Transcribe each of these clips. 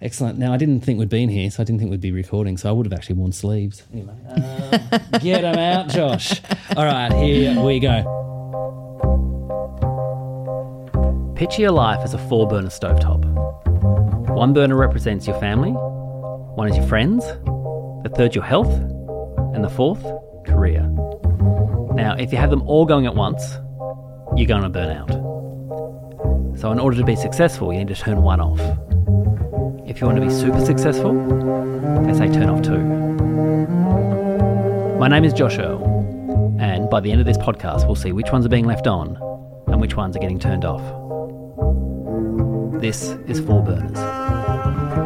Excellent. Now, I didn't think we'd been here, so I didn't think we'd be recording, so I would have actually worn sleeves. Anyway, um, get them out, Josh. All right, here we go. Picture your life as a four burner stovetop. One burner represents your family, one is your friends, the third, your health, and the fourth, career. Now, if you have them all going at once, you're going to burn out. So, in order to be successful, you need to turn one off. If you want to be super successful, they say turn off two. My name is Josh Earl, and by the end of this podcast, we'll see which ones are being left on and which ones are getting turned off. This is Four Burners.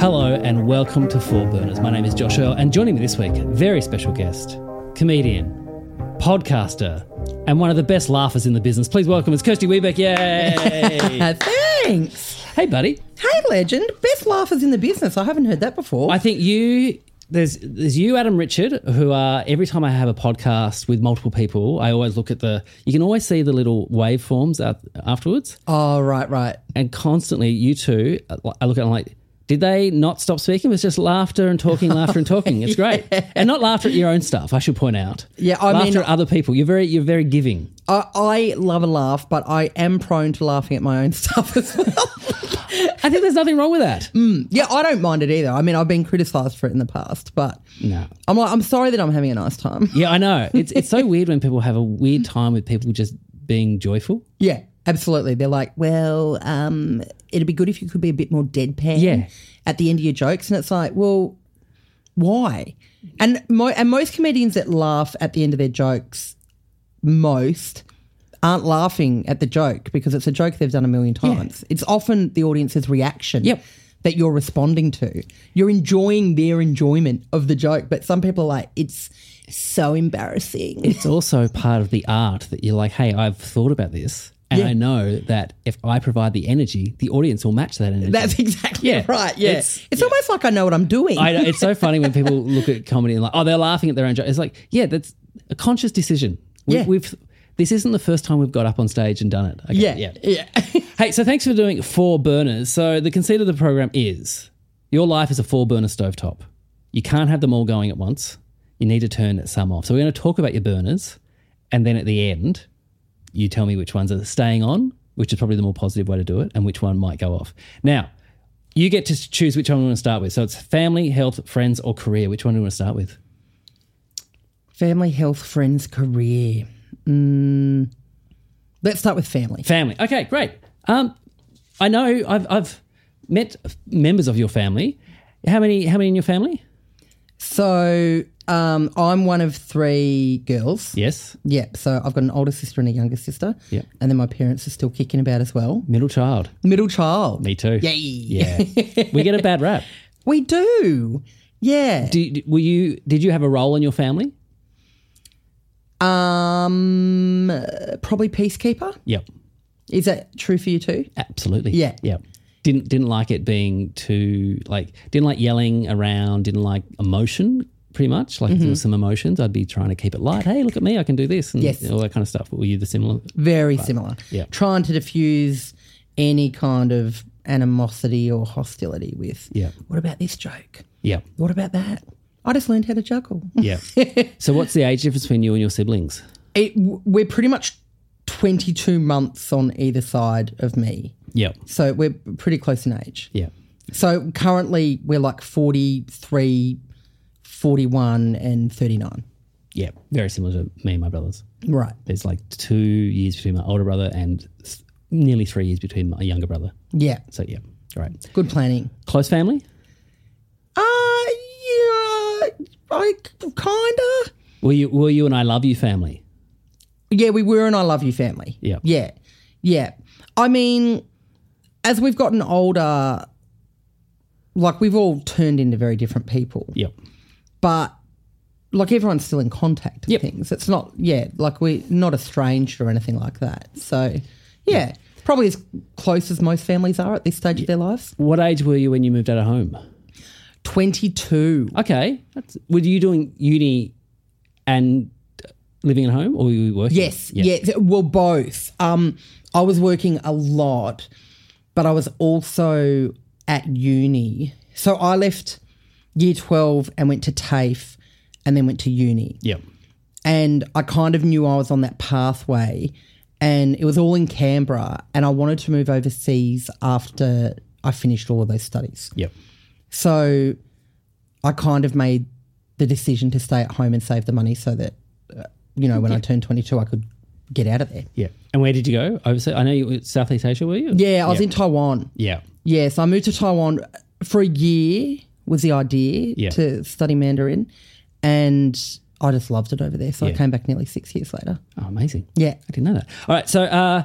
Hello and welcome to Four Burners. My name is Josh Earl, and joining me this week, very special guest, comedian, podcaster, and one of the best laughers in the business. Please welcome it's Kirsty Wiebeck. Yay! Uh, thanks. hey, buddy. Hey, legend. Best laughers in the business. I haven't heard that before. I think you. There's there's you, Adam Richard, who are every time I have a podcast with multiple people, I always look at the. You can always see the little waveforms out afterwards, oh, right, right. and constantly you two, I look at them like. Did they not stop speaking? It was just laughter and talking, laughter and talking. It's great, and not laughter at your own stuff. I should point out. Yeah, I laughter mean- at other people. You're very, you're very giving. I, I love a laugh, but I am prone to laughing at my own stuff as well. I think there's nothing wrong with that. yeah, I don't mind it either. I mean, I've been criticised for it in the past, but No. I'm like, I'm sorry that I'm having a nice time. Yeah, I know. It's it's so weird when people have a weird time with people just being joyful. Yeah, absolutely. They're like, well, um, it'd be good if you could be a bit more deadpan Yeah. at the end of your jokes. And it's like, well, why? And mo- and most comedians that laugh at the end of their jokes, most aren't laughing at the joke because it's a joke they've done a million times. It's often the audience's reaction. Yep. That you're responding to. You're enjoying their enjoyment of the joke, but some people are like, it's so embarrassing. It's also part of the art that you're like, hey, I've thought about this, and I know that if I provide the energy, the audience will match that energy. That's exactly Yeah. right. Yeah. It's- It's, almost like I know what I'm doing. I know, it's so funny when people look at comedy and like, oh, they're laughing at their own joke. It's like, yeah, that's a conscious decision. We, Yeah. We've this isn't the first time we've got up on stage and done it. Okay, yeah. Yeah. Hey, so thanks for doing four burners. So the conceit of the program is your life is a four burner stovetop. You can't have them all going at once. You need to turn some off. So we're going to talk about your burners, and then at the end, you tell me which ones are staying on, which is probably the more positive way to do it, and which one might go off. Now, you get to choose which one we want to start with. So it's family, health, friends, or career. Which one do you want to start with? family, health, friends, career. Mm, let's start with family. Family. Okay, great. Um, I know I've I've met members of your family. How many? How many in your family? So um, I'm one of three girls. Yes, Yeah. So I've got an older sister and a younger sister. Yep. And then my parents are still kicking about as well. middle child. Middle child. Me too. Yay. Yeah, we get a bad rap. We do. Yeah. Do, you- were you? Did you have a role in your family? um, uh, probably peacekeeper. Yep, Is that true for you too? absolutely. Yeah. yep. Didn't didn't like it being too like didn't like yelling around. Didn't like emotion. Pretty much, like if there was some emotions, I'd be trying to keep it light. Hey, look at me, I can do this, and Yes. all that kind of stuff. Were you the similar? Very similar. yeah. Trying to diffuse any kind of animosity or hostility with, Yeah. what about this joke? Yeah, What about that? I just learned how to juggle. yeah. so, what's the age difference between you and your siblings? It, we're pretty much 22 months on either side of me. Yep. So we're pretty close in age. Yeah. So currently we're like 43, 41, and 39. Yeah. Very similar to me and my brothers. Right. There's like two years between my older brother and th- nearly three years between my younger brother. Yeah. So, yeah. All right. Good planning. Close family? Uh, yeah, I kinda. Were you, were you an I love you family? Yeah, we were an I Love You family. Yeah. Yeah. Yeah. I mean, as we've gotten older, like we've all turned into very different people, Yep. but like everyone's still in contact with Yep. things. It's not, yeah, like we're not estranged or anything like that. So, yeah, probably as close as most families are at this stage of their lives. What age were you when you moved out of home? 22. Okay. That's, were you doing uni and living at home or were you working? Yes, yes. Well, both. Um, I was working a lot, but I was also at uni. So I left year 12 and went to TAFE and then went to uni. Yep. And I kind of knew I was on that pathway. And it was all in Canberra. And I wanted to move overseas after I finished all of those studies. Yep. So I kind of made the decision to stay at home and save the money so that, uh, you know, when I turned 22, I could get out of there. Yeah. And where did you go? Overseas? I know you were Southeast Asia, were you? Yeah, I was in Taiwan. Yeah. Yeah, so I moved to Taiwan for a year was the idea Yeah. to study Mandarin. And I just loved it over there. So I came back nearly six years later. Oh, amazing. Yeah. I didn't know that. All right. So, uh,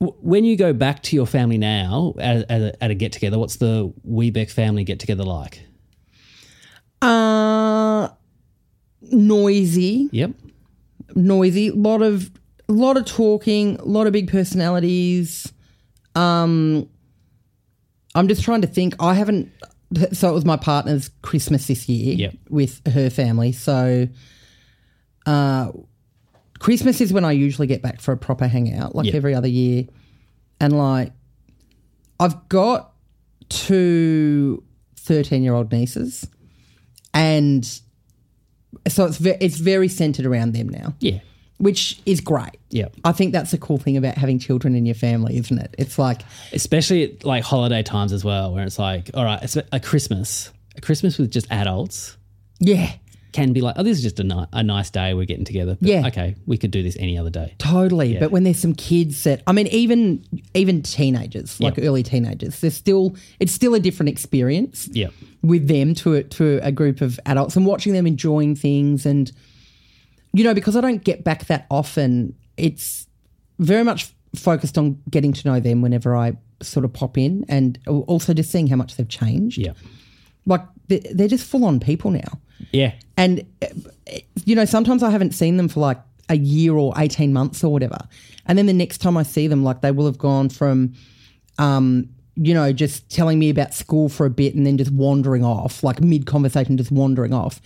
w- when you go back to your family now at, at a, at a get together, what's the Weebeck family get together like? Uh noisy. Yep. Noisy. Lot of lot of talking, a lot of big personalities. Um I'm just trying to think. I haven't so it was my partner's Christmas this year Yep. with her family. So uh, Christmas is when I usually get back for a proper hangout, like Yeah. every other year. And like, I've got two 13 year old nieces. And so it's, ve- it's very centered around them now, Yeah. which is great. Yep. I think that's the cool thing about having children in your family, isn't it? It's like, Especially at like holiday times as well, where it's like, all right, it's a Christmas, a Christmas with just adults yeah, can be like, oh, this is just a, ni- a nice day. We're getting together. But, Yeah. Okay. We could do this any other day. Totally. But when there's some kids that I mean, even even teenagers, like early teenagers, there's still it's still a different experience. Yep. With them to a, to a group of adults and watching them enjoying things and you know because I don't get back that often, it's very much focused on getting to know them whenever I sort of pop in and also just seeing how much they've changed. Yeah. Like they- they're just full on people now. Yeah. And, uh, you know, sometimes I haven't seen them for like a year or 18 months or whatever. And then the next time I see them, like they will have gone from, um, you know, just telling me about school for a bit and then just wandering off, like mid conversation, just wandering off,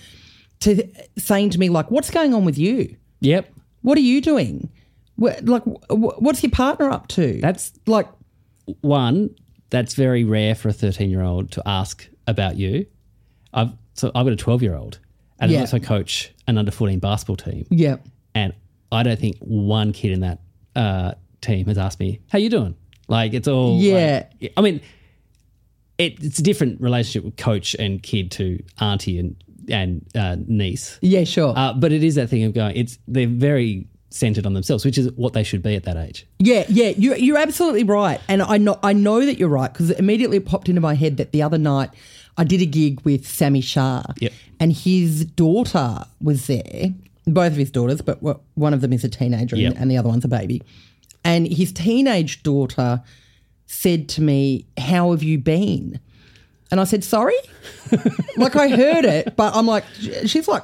to saying to me, like, what's going on with you? Yep. What are you doing? Wh- Like, wh- wh- what's your partner up to? That's like, one, that's very rare for a 13 year old to ask about you. I've so I've got a 12 year old and I Yeah. also coach an under 14 basketball team. yeah. And I don't think one kid in that uh, team has asked me, how you doing? Like it's all. like- Yeah. I mean, it, it's a different relationship with coach and kid to auntie and, and uh, niece. Yeah, sure. Uh, but it is that thing of going, it's they're very centered on themselves, which is what they should be at that age. Yeah, yeah, you, you're absolutely right, and I know I know that you're right because it immediately popped into my head that the other night I did a gig with Sammy Shah, Yep. and his daughter was there. Both of his daughters, but wha- one of them is a teenager Yep. and, and the other one's a baby. And his teenage daughter said to me, "How have you been?" And I said, "Sorry." like I heard it, but I'm like, she's like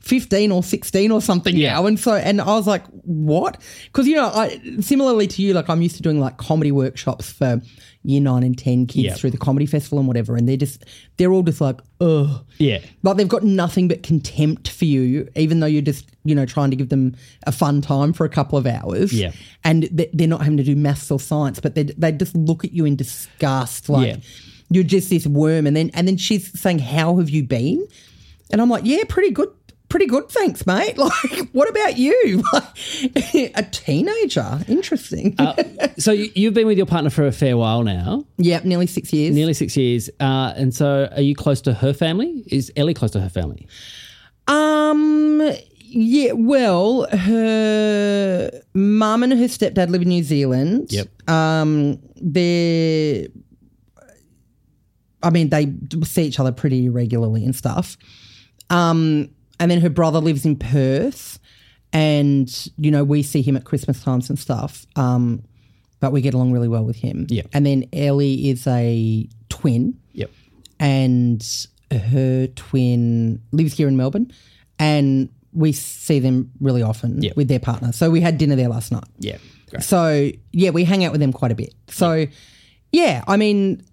15 or 16 or something Yeah. now. And so, and I was like, what? Because, you know, I similarly to you, like I'm used to doing like comedy workshops for year nine and 10 kids Yeah. through the comedy festival and whatever. And they're just, they're all just like, ugh. Yeah. Like they've got nothing but contempt for you, even though you're just, you know, trying to give them a fun time for a couple of hours. Yeah. And th- they're not having to do maths or science, but they they just look at you in disgust, like Yeah. you're just this worm. And then and then she's saying, "How have you been?" And I'm like, "Yeah, pretty good." Pretty good, thanks, mate. Like, what about you? Like, a teenager, interesting. Uh, so you, you've been with your partner for a fair while now. yeah, nearly six years. Nearly six years. Uh, and so are you close to her family? Is Ellie close to her family? Um. Yeah. Well, her mum and her stepdad live in New Zealand. Uh, Um. They're. I mean, they d- see each other pretty regularly and stuff. Um. And then her brother lives in Perth, and you know we see him at Christmas times and stuff. Um. But we get along really well with him. Yeah. And then Ellie is a twin Yep. and her twin lives here in Melbourne, and we see them really often Yeah. with their partner. So we had dinner there last night. Yeah. Great. So yeah, we hang out with them quite a bit. So yeah, I mean,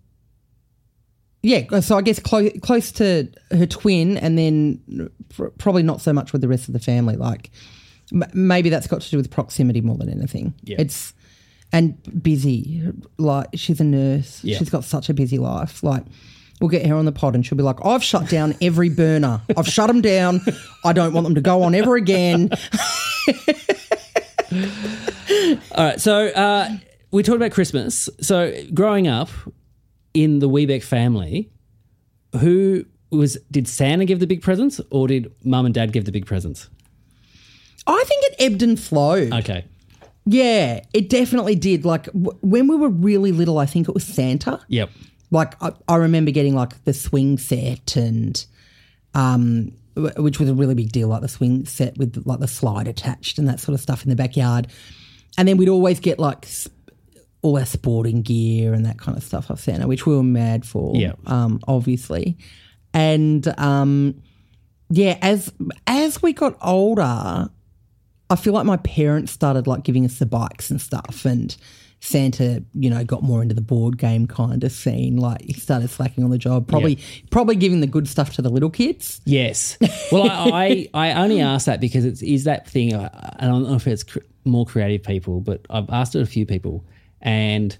yeah. So I guess close close to her twin, and then pr- probably not so much with the rest of the family. Like M- maybe that's got to do with proximity more than anything. Yeah. It's and busy. Like she's a nurse. Yeah. She's got such a busy life. Like we'll get her on the pod and she'll be like, "I've shut down every burner. I've shut them down. I don't want them to go on ever again." All right. So uh, we talked about Christmas. So growing up in the Weebeck family, who was did Santa give the big presents or did mum and dad give the big presents? I think it ebbed and flowed. Okay. Yeah, it definitely did. Like w- when we were really little, I think it was Santa. Yep. Like I, I remember getting like the swing set and, um, wh- which was a really big deal. Like the swing set with like the slide attached and that sort of stuff in the backyard, and then we'd always get like s- all our sporting gear and that kind of stuff off Santa, which we were mad for. Yeah. um, obviously, and um, yeah, as as we got older, I feel like my parents started like giving us the bikes and stuff, and Santa, you know, got more into the board game kind of scene. Like he started slacking on the job, probably probably giving the good stuff to the little kids. Yes. Well, I, I, I only asked that because it's is that thing. I, I don't know if it's cr- more creative people, but I've asked it a few people, and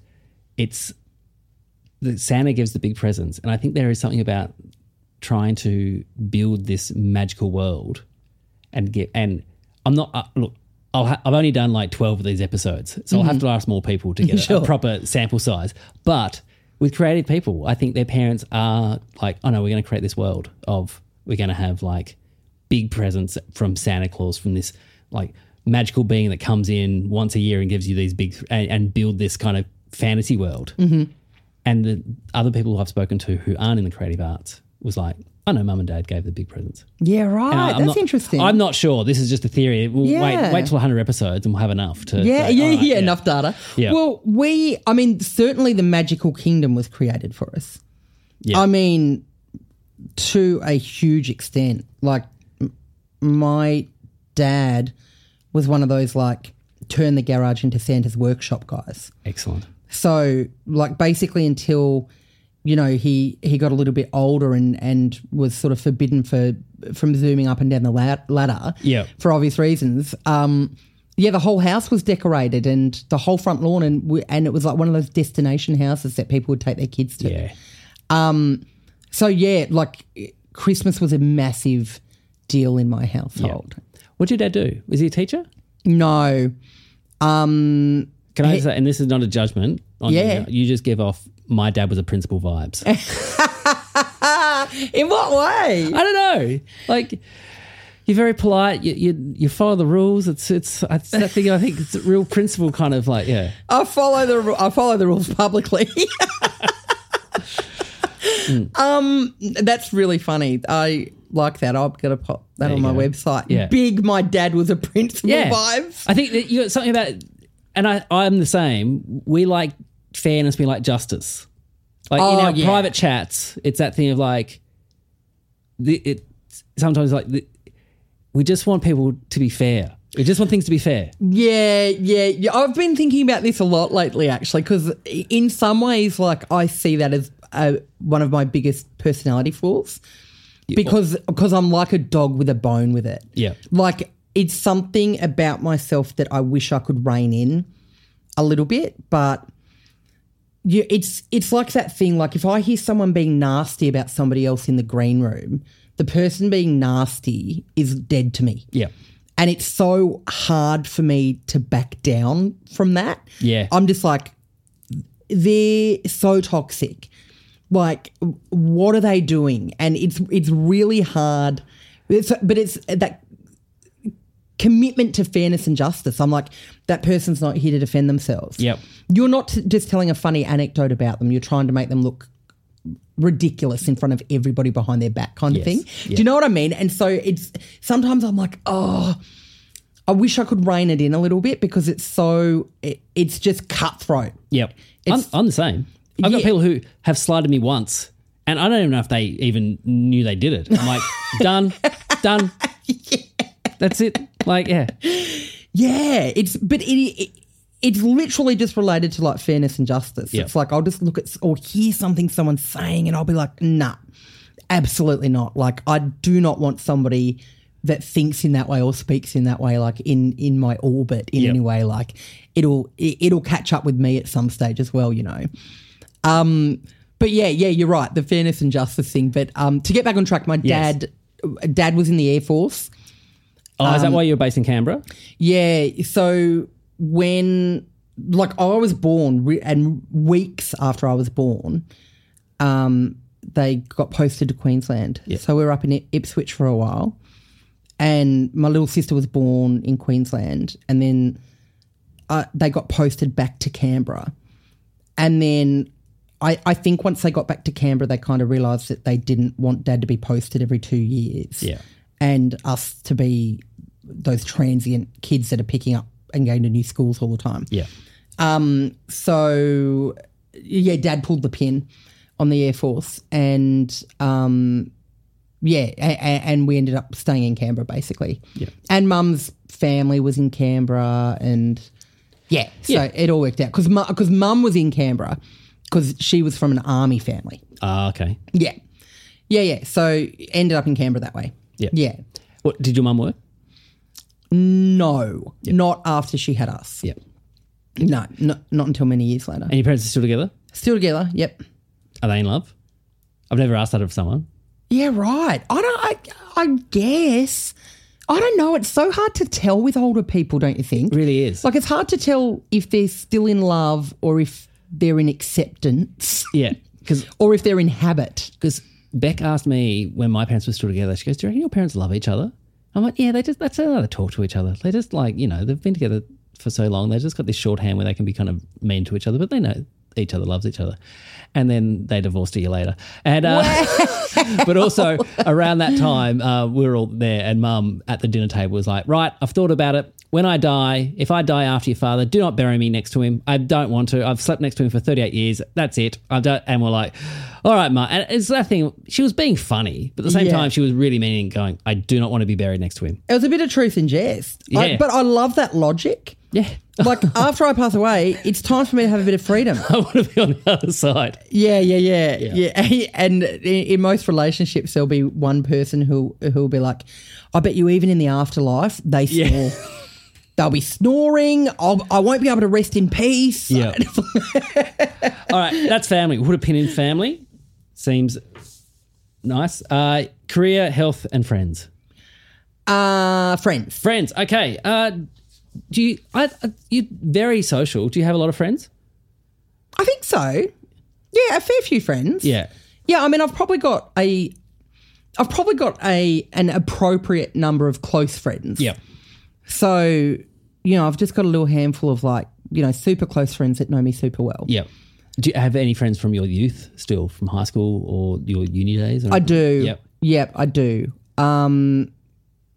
it's that Santa gives the big presents, and I think there is something about trying to build this magical world, and get and I'm not uh, look. I'll ha- I've only done like twelve of these episodes, so I'll have to ask more people to get a- a Sure. proper sample size. But with creative people, I think their parents are like, oh no, we're going to create this world of we're going to have like big presents from Santa Claus from this like magical being that comes in once a year and gives you these big and, and build this kind of fantasy world. And the other people I've spoken to who aren't in the creative arts was like, I know mum and dad gave the big presents. Yeah, right. Uh, I'm Oh, That's not- interesting. I'm not sure. This is just a theory. We'll Yeah. wait, wait till 100 episodes and we'll have enough to. yeah, say, yeah, all right, yeah, Enough data. Yeah. Well, we, I mean, certainly the magical kingdom was created for us. Yeah. I mean, to a huge extent. Like, m- my dad was one of those like turn the garage into Santa's workshop guys. Excellent. So like basically until you know he he got a little bit older and and was sort of forbidden for from zooming up and down the la- ladder. Yeah. For obvious reasons. Um yeah, the whole house was decorated and the whole front lawn and we, and it was like one of those destination houses that people would take their kids to. Yeah. So yeah, like Christmas was a massive deal in my household. What did dad do? Was he a teacher? No. Um, Can I say, and this is not a judgment on Yeah. you, you just give off my dad was a principal vibes. In what way? I don't know. Like you're very polite. You you, you follow the rules. It's it's I that thing. I think it's a real principle kind of like yeah. I follow the ru- I follow the rules publicly. Hmm. Um, that's really funny. I like that. I'm gonna pop that on you my go. website. Yeah. Big. My dad was a principal Yeah, vibes. I think that you got something about, and I I'm the same. We like fairness. We like justice. Like Oh, in our yeah. private chats, it's that thing of like, the, it sometimes like the, we just want people to be fair. We just want things to be fair. Yeah, yeah, yeah. I've been thinking about this a lot lately, actually, because in some ways, like I see that as uh, one of my biggest personality flaws, because because I'm like a dog with a bone with it. Yeah. like it's something about myself that I wish I could rein in a little bit, but you, it's it's like that thing. Like if I hear someone being nasty about somebody else in the green room, the person being nasty is dead to me. Yeah. And it's so hard for me to back down from that. Yeah. I'm just like, they're so toxic. Like, w- what are they doing? And it's it's really hard. It's, but it's that commitment to fairness and justice. I'm like, that person's not here to defend themselves. Yep. You're not t- just telling a funny anecdote about them. You're trying to make them look ridiculous in front of everybody behind their back kind of Yes. thing. Do Yeah. you know what I mean? And so it's sometimes I'm like, oh, I wish I could rein it in a little bit because it's so it, it's just cutthroat. Yep. I'm, It's- I'm the same. I've got Yeah. people who have slighted me once, and I don't even know if they even knew they did it. I'm like, done, done. That's it. Like, yeah. Yeah, it's but it, it it's literally just related to like fairness and justice. Yeah. It's like I'll just look at or hear something someone's saying and I'll be like, nah, absolutely not. Like I do not want somebody that thinks in that way or speaks in that way, like in in my orbit in Yep. any way, like it'll it, it'll catch up with me at some stage as well, you know. Um, but yeah, yeah, you're right. The fairness and justice thing. But um, to get back on track, my Yes. dad uh, dad was in the air force. Oh, is Um, that why you're based in Canberra? Yeah. So when, like, I was born, re- and weeks after I was born, um, they got posted to Queensland. So we were up in I- Ipswich for a while, and my little sister was born in Queensland, and then uh, they got posted back to Canberra, and then. I, I think once they got back to Canberra, they kind of realised that they didn't want dad to be posted every two years Yeah. and us to be those transient kids that are picking up and going to new schools all the time. Yeah. So, yeah, dad pulled the pin on the Air Force and, um, yeah, a- a- and we ended up staying in Canberra basically. Yeah. And mum's family was in Canberra and, yeah, so Yeah. it all worked out because because mum was in Canberra because she was from an army family. Ah, okay. Yeah. Yeah, yeah. So ended up in Canberra that way. Yeah. Yeah. What did your mum work? No, not after she had us. Yeah. No, no, not until many years later. And your parents are still together? Still together. Yep. Are they in love? I've never asked that of someone. Yeah, right. I don't. I, I guess. I don't know. It's so hard to tell with older people, don't you think? really is. Like it's hard to tell if they're still in love or if they're in acceptance yeah. Because or if they're in habit. because Beck asked me when my parents were still together. She goes, "Do you reckon your parents love each other?" I'm like, "Yeah, they just that's how they talk to each other. They just like you know they've been together for so long. They've just got this shorthand where they can be kind of mean to each other, but they know each other loves each other." And then they divorced a year later. And uh, but also around that time, uh, we were all there, and Mum at the dinner table was like, "Right, I've thought about it. When I die, if I die after your father, do not bury me next to him. I don't want to. I've slept next to him for 38 years. That's it. I don't." And we're like, "All right, Ma." And it's that thing. She was being funny, but at the same Yeah. time, she was really meaning going, "I do not want to be buried next to him." It was a bit of truth in jest. I- Yeah. but I love that logic. Yeah, Like after I pass away, it's time for me to have a bit of freedom. I want to be on the other side. Yeah, yeah, yeah, yeah. And in, in most relationships, there'll be one person who who'll be like, "I bet you even in the afterlife they Yeah. snore. They'll be snoring. I'll, I won't be able to rest in peace." Yeah. All right, that's family. Put a pin in family. Seems nice. Uh, career, health, and friends. Uh, friends. Friends. Okay. Uh, do you? I, I- you very social. Do you have a lot of friends? I think so. Yeah, a fair few friends. Yeah. Yeah, I mean, I've probably got a, I've probably got a an appropriate number of close friends. So, you know, I've just got a little handful of like, you know, super close friends that know me super well. Yeah. Do you have any friends from your youth still, from high school or your uni days? Or I do. Yep. Yep, I do. Um,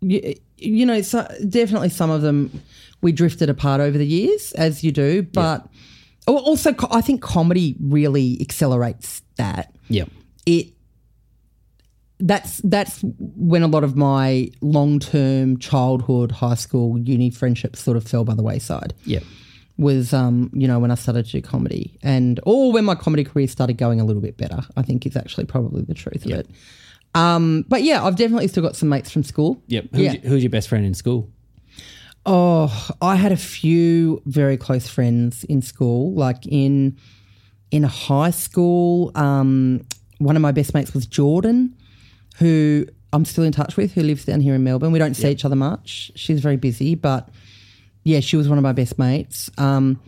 you, you know, so definitely some of them we drifted apart over the years, as you do. But oh, also, co- I think comedy really accelerates that. Yep. It that's that's when a lot of my long term childhood, high school, uni friendships sort of fell by the wayside. Yep. Was um, you know when I started to do comedy, and or when my comedy career started going a little bit better. I think is actually probably the truth of it. Um, but yeah, I've definitely still got some mates from school. Yep. Who's, Yeah. your- who's your best friend in school? Oh, I had a few very close friends in school. Like in in high school, um, one of my best mates was Jordan, who I'm still in touch with, who lives down here in Melbourne. We don't see each other much. She's very busy, but yeah, she was one of my best mates. Um,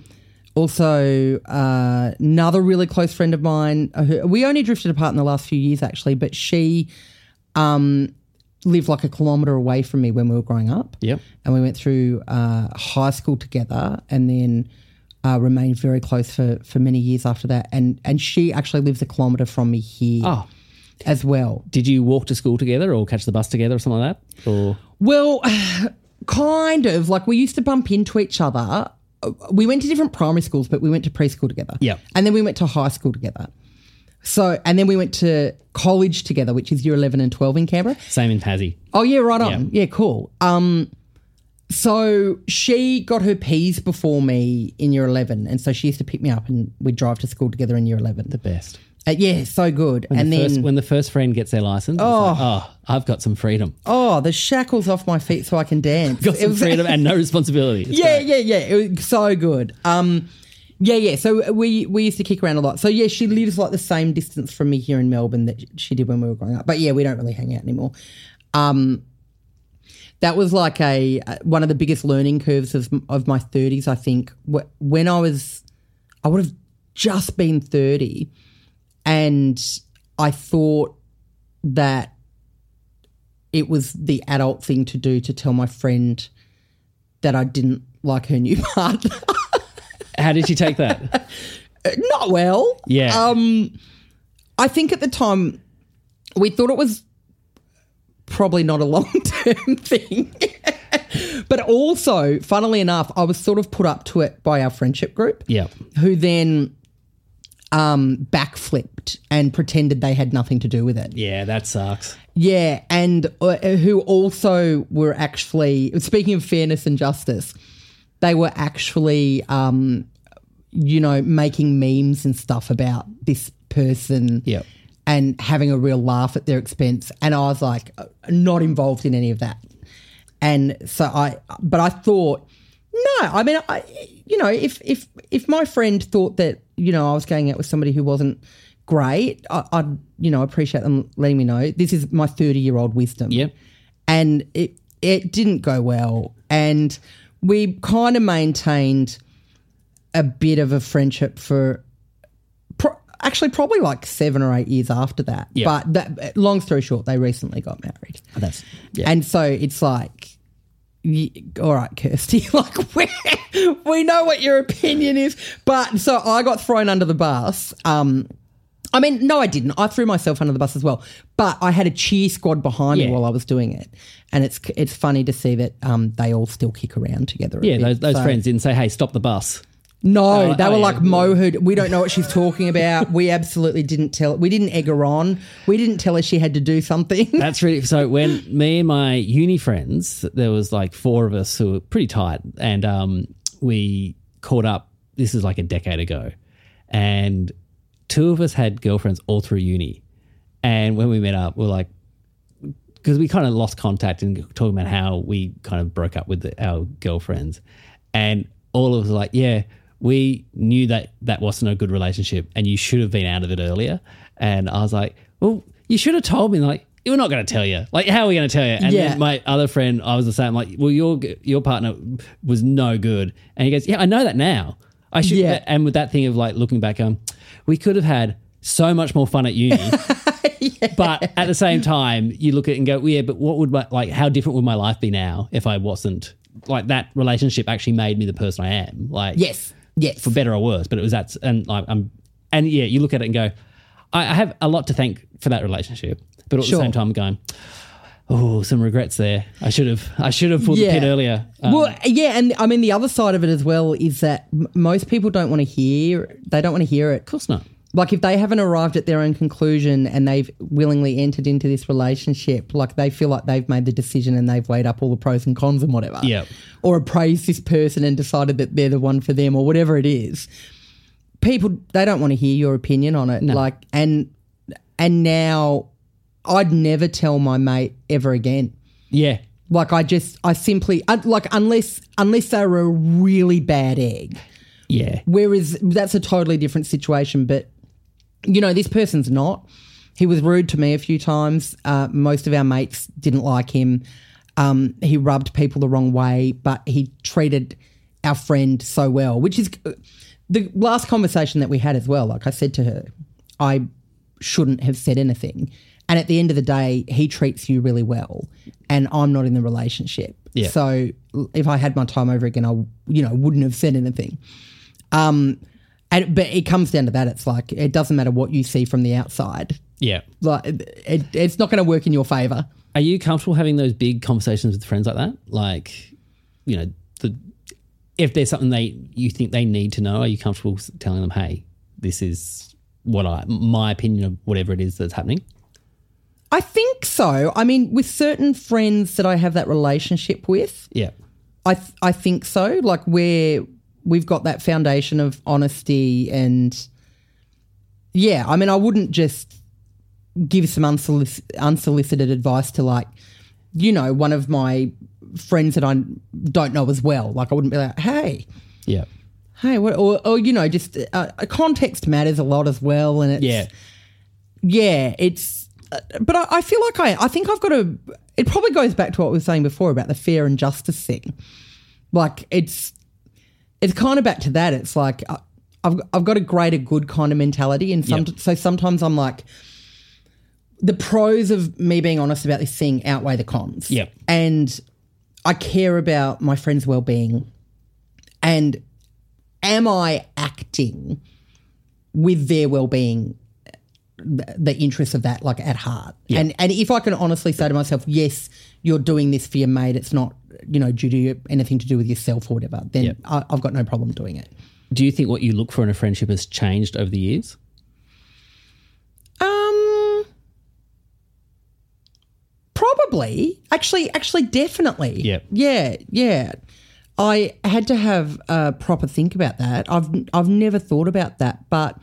also, uh, another really close friend of mine. uh, Who, we only drifted apart in the last few years, actually, but she um, lived like a kilometre away from me when we were growing up Yep. and we went through uh, high school together and then uh, remained very close for, for many years after that. And, and she actually lives a kilometre from me here Oh, as well. did you walk to school together or catch the bus together or something like that? Or Well, kind of. Like we used to bump into each other. Uh, We went to different primary schools, but we went to preschool together. Yeah. And then we went to high school together. So, and then we went to college together, which is year 11 and 12 in Canberra. same in Tassie? Oh yeah, right on. Yeah, cool. Um, so she got her P's before me in year eleven, and so she used to pick me up, and we'd drive to school together in year eleven. The best. Uh, yeah, so good. When and the then, first, when the first friend gets their license, it's like, oh, I've got some freedom, oh, the shackles off my feet so I can dance. got It some was- freedom, and no responsibility. It's yeah, great. yeah, yeah. It was so good. Um, yeah, yeah. So we we used to kick around a lot. So yeah, she lives like the same distance from me here in Melbourne that she did when we were growing up. But yeah, we don't really hang out anymore. Um, that was like a uh, one of the biggest learning curves of of my thirties. I think Wh- when I was, I would have just been thirty, and I thought that it was the adult thing to do to tell my friend that I didn't like her new partner. How did she take that? Not well. Yeah. Um, I think at the time we thought it was probably not a long term thing. but also, funnily enough, I was sort of put up to it by our friendship group. yeah. who then um, backflipped and pretended they had nothing to do with it. Yeah, that sucks. Yeah, and uh, who also were actually, speaking of fairness and justice, they were actually, um, you know, making memes and stuff about this person Yep. and having a real laugh at their expense. And I was like, uh, not involved in any of that. And so I, but I thought, no, I mean, I, you know, if if if my friend thought that you know I was going out with somebody who wasn't great, I, I'd you know appreciate them letting me know. This is my thirty year old wisdom. Yep. and it it didn't go well, and we kind of maintained a bit of a friendship for pro- actually probably like seven or eight years after that. Yeah. But that, long story short, they recently got married. That's yeah. And so it's like, y- all right, Kirsty, like we we know what your opinion is, but so I got thrown under the bus. Um, I mean, no, I didn't. I threw myself under the bus as well, but I had a cheer squad behind Yeah. me while I was doing it, and it's it's funny to see that um, they all still kick around together. a Yeah, bit. those, those So- friends didn't say, "Hey, stop the bus." No, Oh, they oh, were yeah. like mohud. We don't know what she's talking about. we absolutely didn't tell. We didn't egg her on. We didn't tell her she had to do something. That's really so. When me and my uni friends, there was like four of us who were pretty tight, and um, we caught up. This is like a decade ago, and two of us had girlfriends all through uni. And when we met up, we we're like, because we kind of lost contact and talking about how we kind of broke up with the, our girlfriends, and all of us were like, yeah, we knew that that wasn't a good relationship, and you should have been out of it earlier. And I was like, well, you should have told me. Like, we're not going to tell you. Like, how are we going to tell you? And Yeah. then my other friend, I was the same. Like, well, your your partner was no good, and he goes, yeah, I know that now. I should. Yeah. And with that thing of like looking back, um, we could have had so much more fun at uni. But at the same time, you look at it and go, well, yeah, but what would my, like, how different would my life be now if I wasn't like that relationship actually made me the person I am? Like, yes, yes. for better or worse, but it was that, and like, I'm, and yeah, you look at it and go, I, I have a lot to thank for that relationship, but at Sure. the same time, I'm going, oh, some regrets there. I should have, I should have pulled Yeah. the pin earlier. Um, well, yeah, and I mean the other side of it as well is that m- most people don't want to hear. They don't want to hear it. of course not. Like if they haven't arrived at their own conclusion and they've willingly entered into this relationship, like they feel like they've made the decision and they've weighed up all the pros and cons and whatever. Yeah. Or appraised this person and decided that they're the one for them or whatever it is. People they don't want to hear your opinion on it. Like and and now I'd never tell my mate ever again. Yeah. Like I just, I simply un- like unless unless they were a really bad egg. Yeah. Whereas that's a totally different situation. But you know, this person's not. He was rude to me a few times. Uh, most of our mates didn't like him. Um, he rubbed people the wrong way, but he treated our friend so well, which is the last conversation that we had as well. Like I said to her, I shouldn't have said anything. And at the end of the day, he treats you really well, and I'm not in the relationship. Yeah. So l- if I had my time over again, I you know wouldn't have said anything. And, but it comes down to that. It's like it doesn't matter what you see from the outside. Yeah. Like it, it, it's not going to work in your favor. Are you comfortable having those big conversations with friends like that? Like, you know, the if there's something they you think they need to know, are you comfortable s- telling them, "Hey, this is what I my opinion of whatever it is that's happening." I think so. I mean, with certain friends that I have that relationship with, Yeah, I th- I think so. Like where we've got that foundation of honesty and yeah, I mean, I wouldn't just give some unsolicited, unsolicited advice to like, you know, one of my friends that I don't know as well. Like, I wouldn't be like, hey, Yeah. hey, what, or, or you know, just uh, context matters a lot as well, and it's Yeah. yeah, it's. uh, But I, I feel like I, I think I've got a. It probably goes back to what we were saying before about the fair and justice thing. Like it's, it's kind of back to that. It's like I, I've I've got a greater good kind of mentality, and some Yep. so sometimes I'm like, the pros of me being honest about this thing outweigh the cons. Yep. and I care about my friend's well being, and am I acting with their well being the interests of that like at heart. And and if I can honestly say to myself, yes, you're doing this for your mate, it's not you know due to anything to do with yourself or whatever, then Yep. I, I've got no problem doing it. Do you think what you look for in a friendship has changed over the years? Um, probably. Actually, actually, definitely. Yep. Yeah. Yeah. I had to have a proper think about that. I've I've never thought about that, but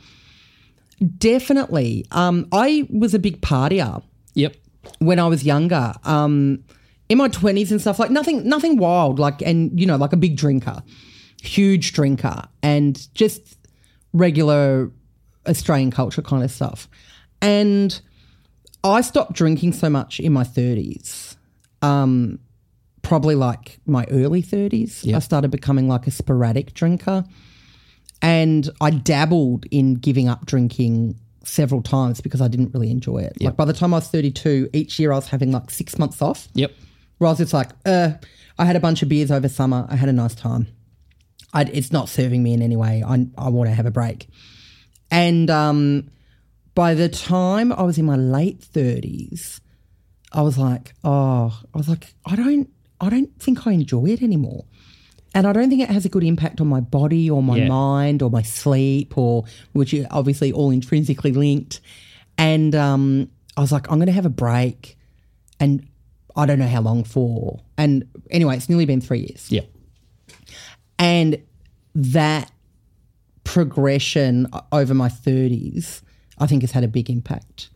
definitely. Um, I was a big partier. Yep. when I was younger, um, in my twenties and stuff, like nothing, nothing wild, like and you know, like a big drinker, huge drinker, and just regular Australian culture kind of stuff. And I stopped drinking so much in my thirties, um, probably like my early thirties. I started becoming like a sporadic drinker, and I dabbled in giving up drinking several times because I didn't really enjoy it. Like by the time I was 32, each year I was having like six months off. Yep. Where I was just like, uh, I had a bunch of beers over summer. I had a nice time. I, it's not serving me in any way. I, I want to have a break. And um, by the time I was in my late 30s, I was like, oh, I was like, I don't, I don't think I enjoy it anymore. And I don't think it has a good impact on my body or my Yeah. mind or my sleep or, which are obviously all intrinsically linked. And um, I was like, I'm going to have a break. And I don't know how long for. And anyway, it's nearly been three years. Yep. And that progression o- over my 30s, I think, has had a big impact.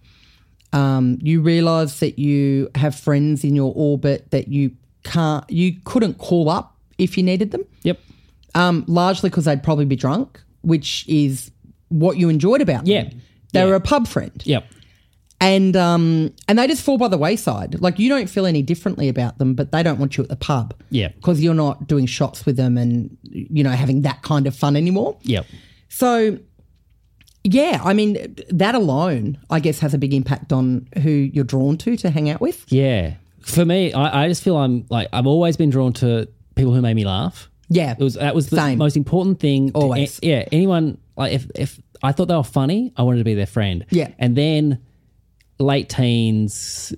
Um, you realize that you have friends in your orbit that you can't, you couldn't call up if you needed them, Yep. um, largely because they'd probably be drunk, which is what you enjoyed about Yeah. them. They were a pub friend Yep. and um and they just fall by the wayside. Like you don't feel any differently about them, but they don't want you at the pub. Yeah. because you're not doing shots with them and you know having that kind of fun anymore. Yep. So yeah, I mean that alone, I guess, has a big impact on who you're drawn to to hang out with. Yeah. For me, I, I just feel I'm like I've always been drawn to people who made me laugh. Yeah, It was that was the Same. most important thing. to- Always. a- yeah. Anyone like if if I thought they were funny, I wanted to be their friend. Yeah. And then late teens,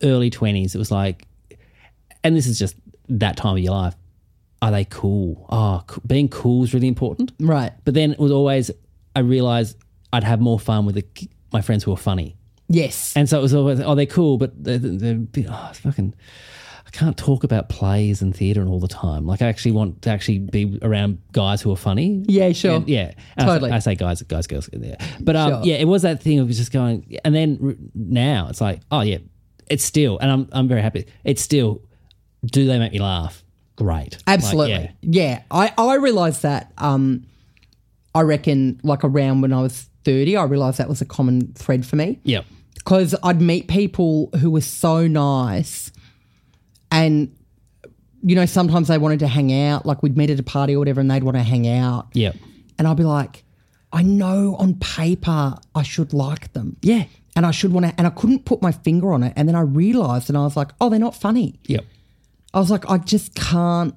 early twenties, it was like, and this is just that time of your life. Are they cool? Oh, co- being cool is really important. right. But then it was always I realized I'd have more fun with the, k- my friends who were funny. Yes, And so it was always, oh, they're cool, but they're, they're, they're oh, it's fucking, I can't talk about plays and theatre and all the time. Like, I actually want to actually be around guys who are funny. yeah, sure. And- yeah. And I say- Totally. I say, guys, guys, girls, yeah. But um, Sure. yeah, it was that thing of just going, and then r- now it's like, oh, yeah, it's still, and I'm, I'm very happy. It's still, do they make me laugh? Great. Like, Absolutely. yeah. yeah. I, I realized that um I reckon like around when I was 30, I realized that was a common thread for me. Yep. because I'd meet people who were so nice, and you know sometimes they wanted to hang out. Like we'd meet at a party or whatever, and they'd want to hang out, Yep. and I'd be like, I know on paper I should like them, Yeah. and I should want to, and I couldn't put my finger on it, and then I realized, and I was like, oh, they're not funny. Yep. I was like, I just can't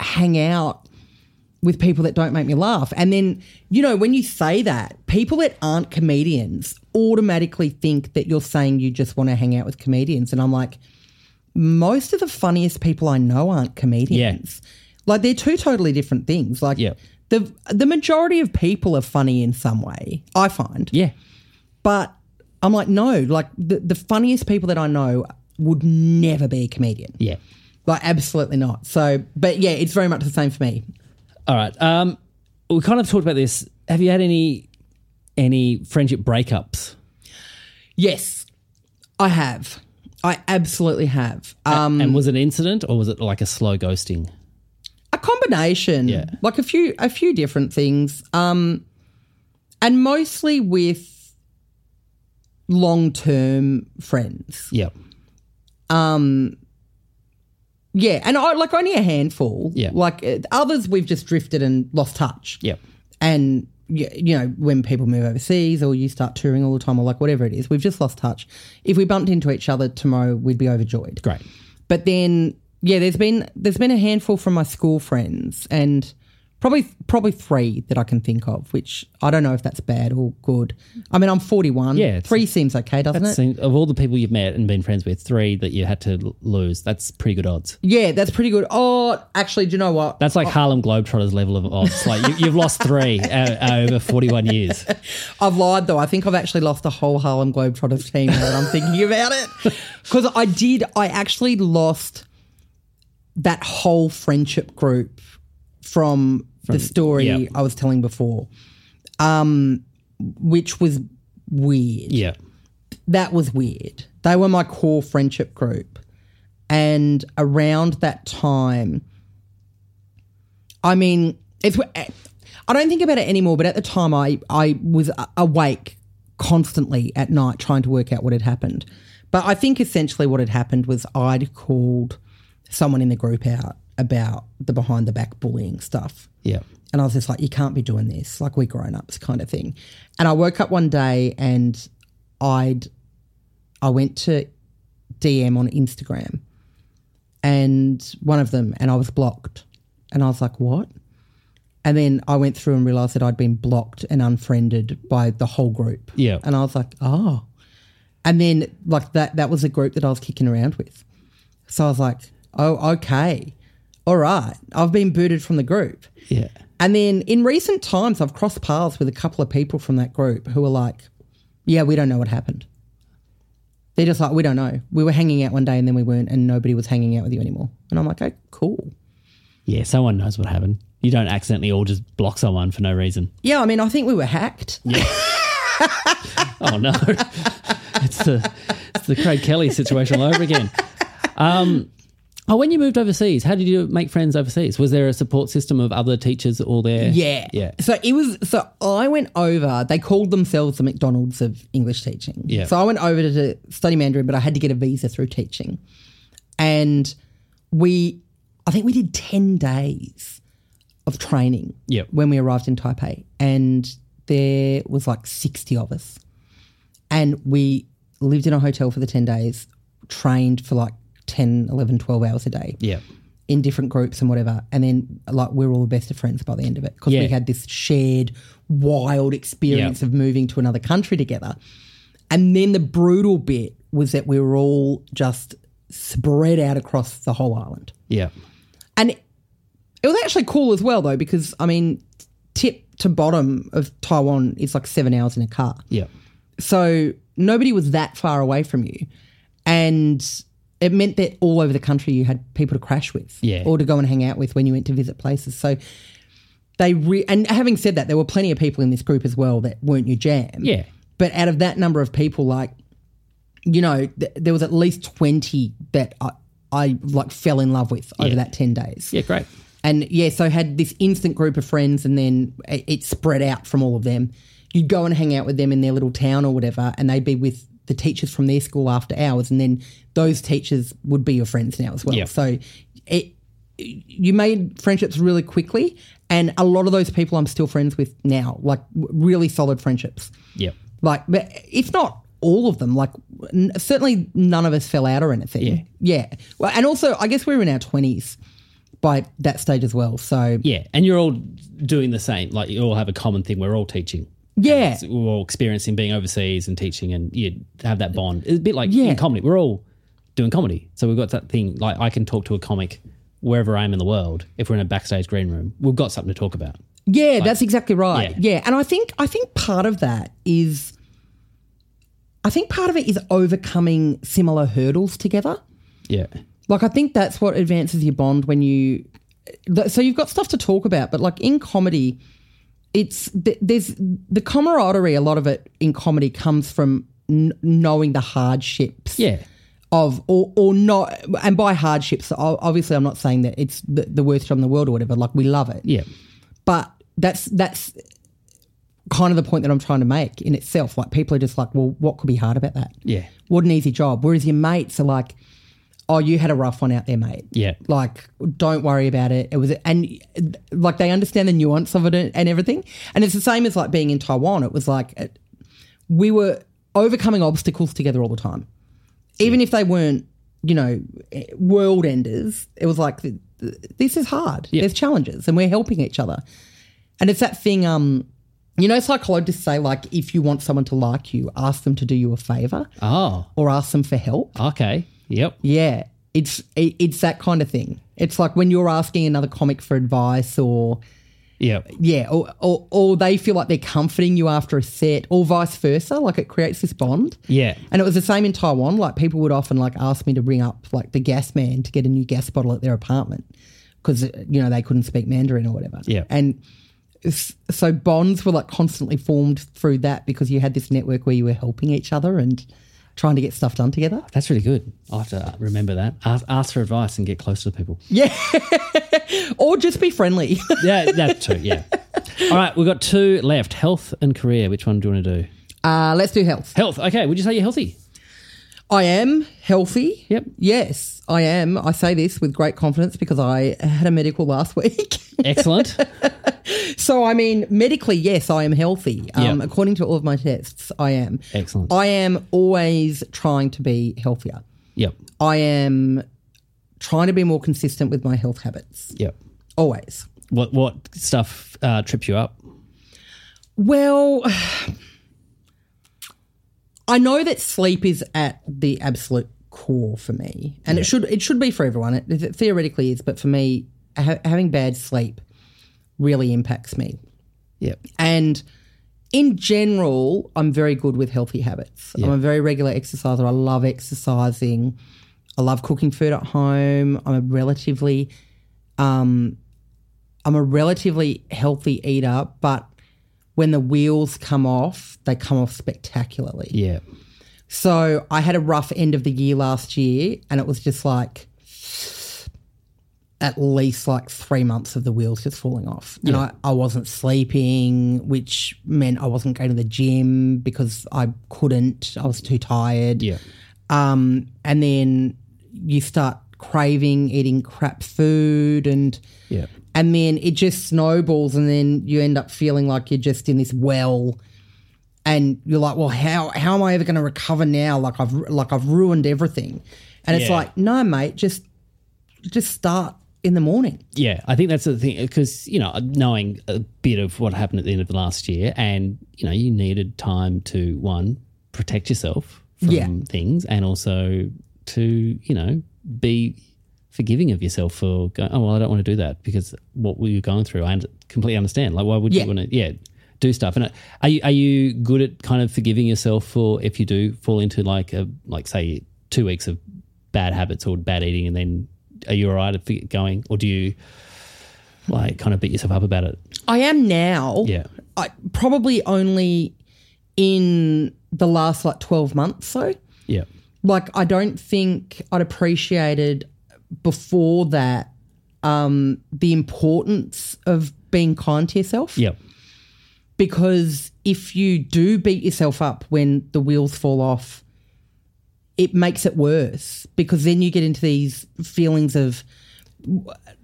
hang out with people that don't make me laugh. And then, you know, when you say that, people that aren't comedians automatically think that you're saying you just want to hang out with comedians. And I'm like, most of the funniest people I know aren't comedians. Like they're two totally different things. Like Yeah. the the majority of people are funny in some way, I find. Yeah. But I'm like, no, like the, the funniest people that I know would never be a comedian. Yeah. Like, absolutely not. So, but yeah, it's very much the same for me. All right. Um, we kind of talked about this. Have you had any any friendship breakups? Yes, I have. I absolutely have. Um, and was it an incident or was it like a slow ghosting? a combination, Yeah. like a few a few different things, um, and mostly with long term friends. Yep. Yeah, and I like only a handful. Yeah. like uh, others we've just drifted and lost touch. Yep. and y- you know when people move overseas or you start touring all the time or like whatever it is we've just lost touch if we bumped into each other tomorrow we'd be overjoyed Great. but then yeah there's been there's been a handful from my school friends and probably probably three that i can think of which i don't know if that's bad or good i mean i'm 41 Yeah, it's- three seems okay doesn't it Seems, of all the people you've met and been friends with, three that you had to l- lose, that's pretty good odds. yeah that's pretty good oh actually do you know what That's like Harlem Globetrotters level of odds. Like you, you've lost three uh, over 41 years. I've lied though. I think I've actually lost the whole Harlem Globetrotters team now that I'm thinking about it. Because I did, I actually lost that whole friendship group from, the story yeah. I was telling before, um, which was weird Yeah. that was weird. They were my core friendship group. And around that time, I mean, it's I don't think about it anymore, but at the time I I was a- awake constantly at night trying to work out what had happened. But I think essentially what had happened was I'd called someone in the group out about the behind the back bullying stuff. Yeah. And I was just like, you can't be doing this. Like, we're grown ups, kind of thing. And I woke up one day and I'd, I went to DM on Instagram and one of them, and I was blocked. And I was like, what? And then I went through and realized that I'd been blocked and unfriended by the whole group. Yeah. And I was like, oh. And then, like, that, that was a group that I was kicking around with. So I was like, oh, okay. All right. I've been booted from the group. Yeah. And then in recent times, I've crossed paths with a couple of people from that group who are like, yeah, we don't know what happened. They're just like, we don't know. We were hanging out one day and then we weren't, and nobody was hanging out with you anymore. And I'm like, oh, cool. Yeah. Someone knows what happened. You don't accidentally all just block someone for no reason. Yeah, I mean, I think we were hacked. Oh no, it's the it's the Craig Kelly situation all over again. Um, oh, when you moved overseas, how did you make friends overseas? Was there a support system of other teachers all there? Yeah. yeah, So it was, so I went over, they called themselves the McDonald's of English teaching. Yeah. So I went over to study Mandarin, but I had to get a visa through teaching. And we, I think we did 10 days of training Yep. when we arrived in Taipei. And there was like 60 of us. And we lived in a hotel for the 10 days, trained for like 10, 11, 12 hours a day yeah. in different groups and whatever. And then like we were all the best of friends by the end of it because Yeah. we had this shared wild experience Yeah. of moving to another country together. And then the brutal bit was that we were all just spread out across the whole island. Yeah, And it was actually cool as well though because I mean tip to bottom of Taiwan is like 7 hours in a car. yeah, So nobody was that far away from you. And it meant that all over the country you had people to crash with Yeah. or to go and hang out with when you went to visit places. So they re- and having said that, there were plenty of people in this group as well that weren't your jam. Yeah. But out of that number of people, like, you know, th- there was at least 20 that I, I like fell in love with over that 10 days. yeah. Great. And yeah, so had this instant group of friends, and then it, it spread out from all of them. You'd go and hang out with them in their little town or whatever, and they'd be with the teachers from their school after hours, and then those teachers would be your friends now as well. Yeah. So it you made friendships really quickly, and a lot of those people I'm still friends with now, like w- really solid friendships. Yeah, Like, but if not all of them, like n- certainly none of us fell out or anything. Yeah. Well, and also, I guess we were in our twenties by that stage as well. So yeah. And you're all doing the same. Like you all have a common thing. We're all teaching. yeah, It's- We're all experiencing being overseas and teaching, and you have that bond. It's a bit like Yeah. in comedy. We're all doing comedy, so we've got that thing. Like I can talk to a comic wherever I am in the world. If we're in a backstage green room, we've got something to talk about. yeah, that's exactly right. Yeah. Yeah. and I think I think part of that is, I think part of it is overcoming similar hurdles together. Yeah, Like I think that's what advances your bond when you. th- So you've got stuff to talk about, but like in comedy, it's th- there's the camaraderie. A lot of it in comedy comes from n- knowing the hardships Yeah. of or, or not and by hardships o- obviously i'm not saying that it's the, the worst job in the world or whatever like we love it Yeah. but that's that's kind of the point that i'm trying to make in itself like people are just like well what could be hard about that Yeah. what an easy job whereas your mates are like oh you had a rough one out there mate Yeah. like don't worry about it it was and like they understand the nuance of it and everything and it's the same as like being in taiwan it was like it, we were overcoming obstacles together all the time even if they weren't you know world enders it was like th- th- this is hard there's challenges and we're helping each other and it's that thing um you know psychologists say like if you want someone to like you ask them to do you a favor Oh, or ask them for help okay. Yep. yeah, it's it, it's that kind of thing. It's like when you're asking another comic for advice, or Yep. yeah, or, or or they feel like they're comforting you after a set, or vice versa. Like it creates this bond. Yeah. And it was the same in Taiwan. Like people would often like ask me to ring up like the gas man to get a new gas bottle at their apartment because you know they couldn't speak Mandarin or whatever. Yeah. And s- so bonds were like constantly formed through that because you had this network where you were helping each other and trying to get stuff done together. That's really good. I'll have to remember that. Ask, ask for advice and get closer to people. Or just be friendly. Yeah, that too. Yeah. All right, we've got two left health and career. Which one do you want to do? Uh, let's do health. Health. Okay, would you say you're healthy? I am healthy. Yep. Yes, I am. I say this with great confidence because I had a medical last week. Excellent. so, I mean, medically, yes, I am healthy. Um, Yep. According to all of my tests, I am. Excellent. I am always trying to be healthier. Yep. I am trying to be more consistent with my health habits. Yep. Always. What what stuff uh, trips you up? Well, I know that sleep is at the absolute core for me, and it should it should be for everyone. It, it theoretically is, but for me, ha- having bad sleep really impacts me. Yep. And in general, I'm very good with healthy habits. I'm a very regular exerciser. I love exercising. I love cooking food at home. I'm a relatively um I'm a relatively healthy eater, but when the wheels come off, they come off spectacularly. Yeah. So I had a rough end of the year last year, and it was just like at least like three months of the wheels just falling off. And I, I wasn't sleeping, which meant I wasn't going to the gym because I couldn't. I was too tired. Yeah. Um, and then you start craving eating crap food and Yeah. and then it just snowballs and then you end up feeling like you're just in this well and you're like well how how am i ever going to recover now like i've like i've ruined everything and it's Yeah. like no mate just just start in the morning Yeah, I think that's the thing because you know knowing a bit of what happened at the end of last year, and you know you needed time to one protect yourself from Yeah. things, and also to you know be forgiving of yourself for going. Oh well, I don't want to do that because what were you going through? I un- completely understand. Like, why would Yeah. you want to? Yeah, do stuff. And uh, are you are you good at kind of forgiving yourself for if you do fall into like a like say two weeks of bad habits or bad eating, and then are you alright at forg- going, or do you? like kind of beat yourself up about it. i am now Yeah. I, probably only in the last like 12 months so Yeah. like I don't think I'd appreciated before that um, the importance of being kind to yourself. Yeah. Because if you do beat yourself up when the wheels fall off, it makes it worse because then you get into these feelings of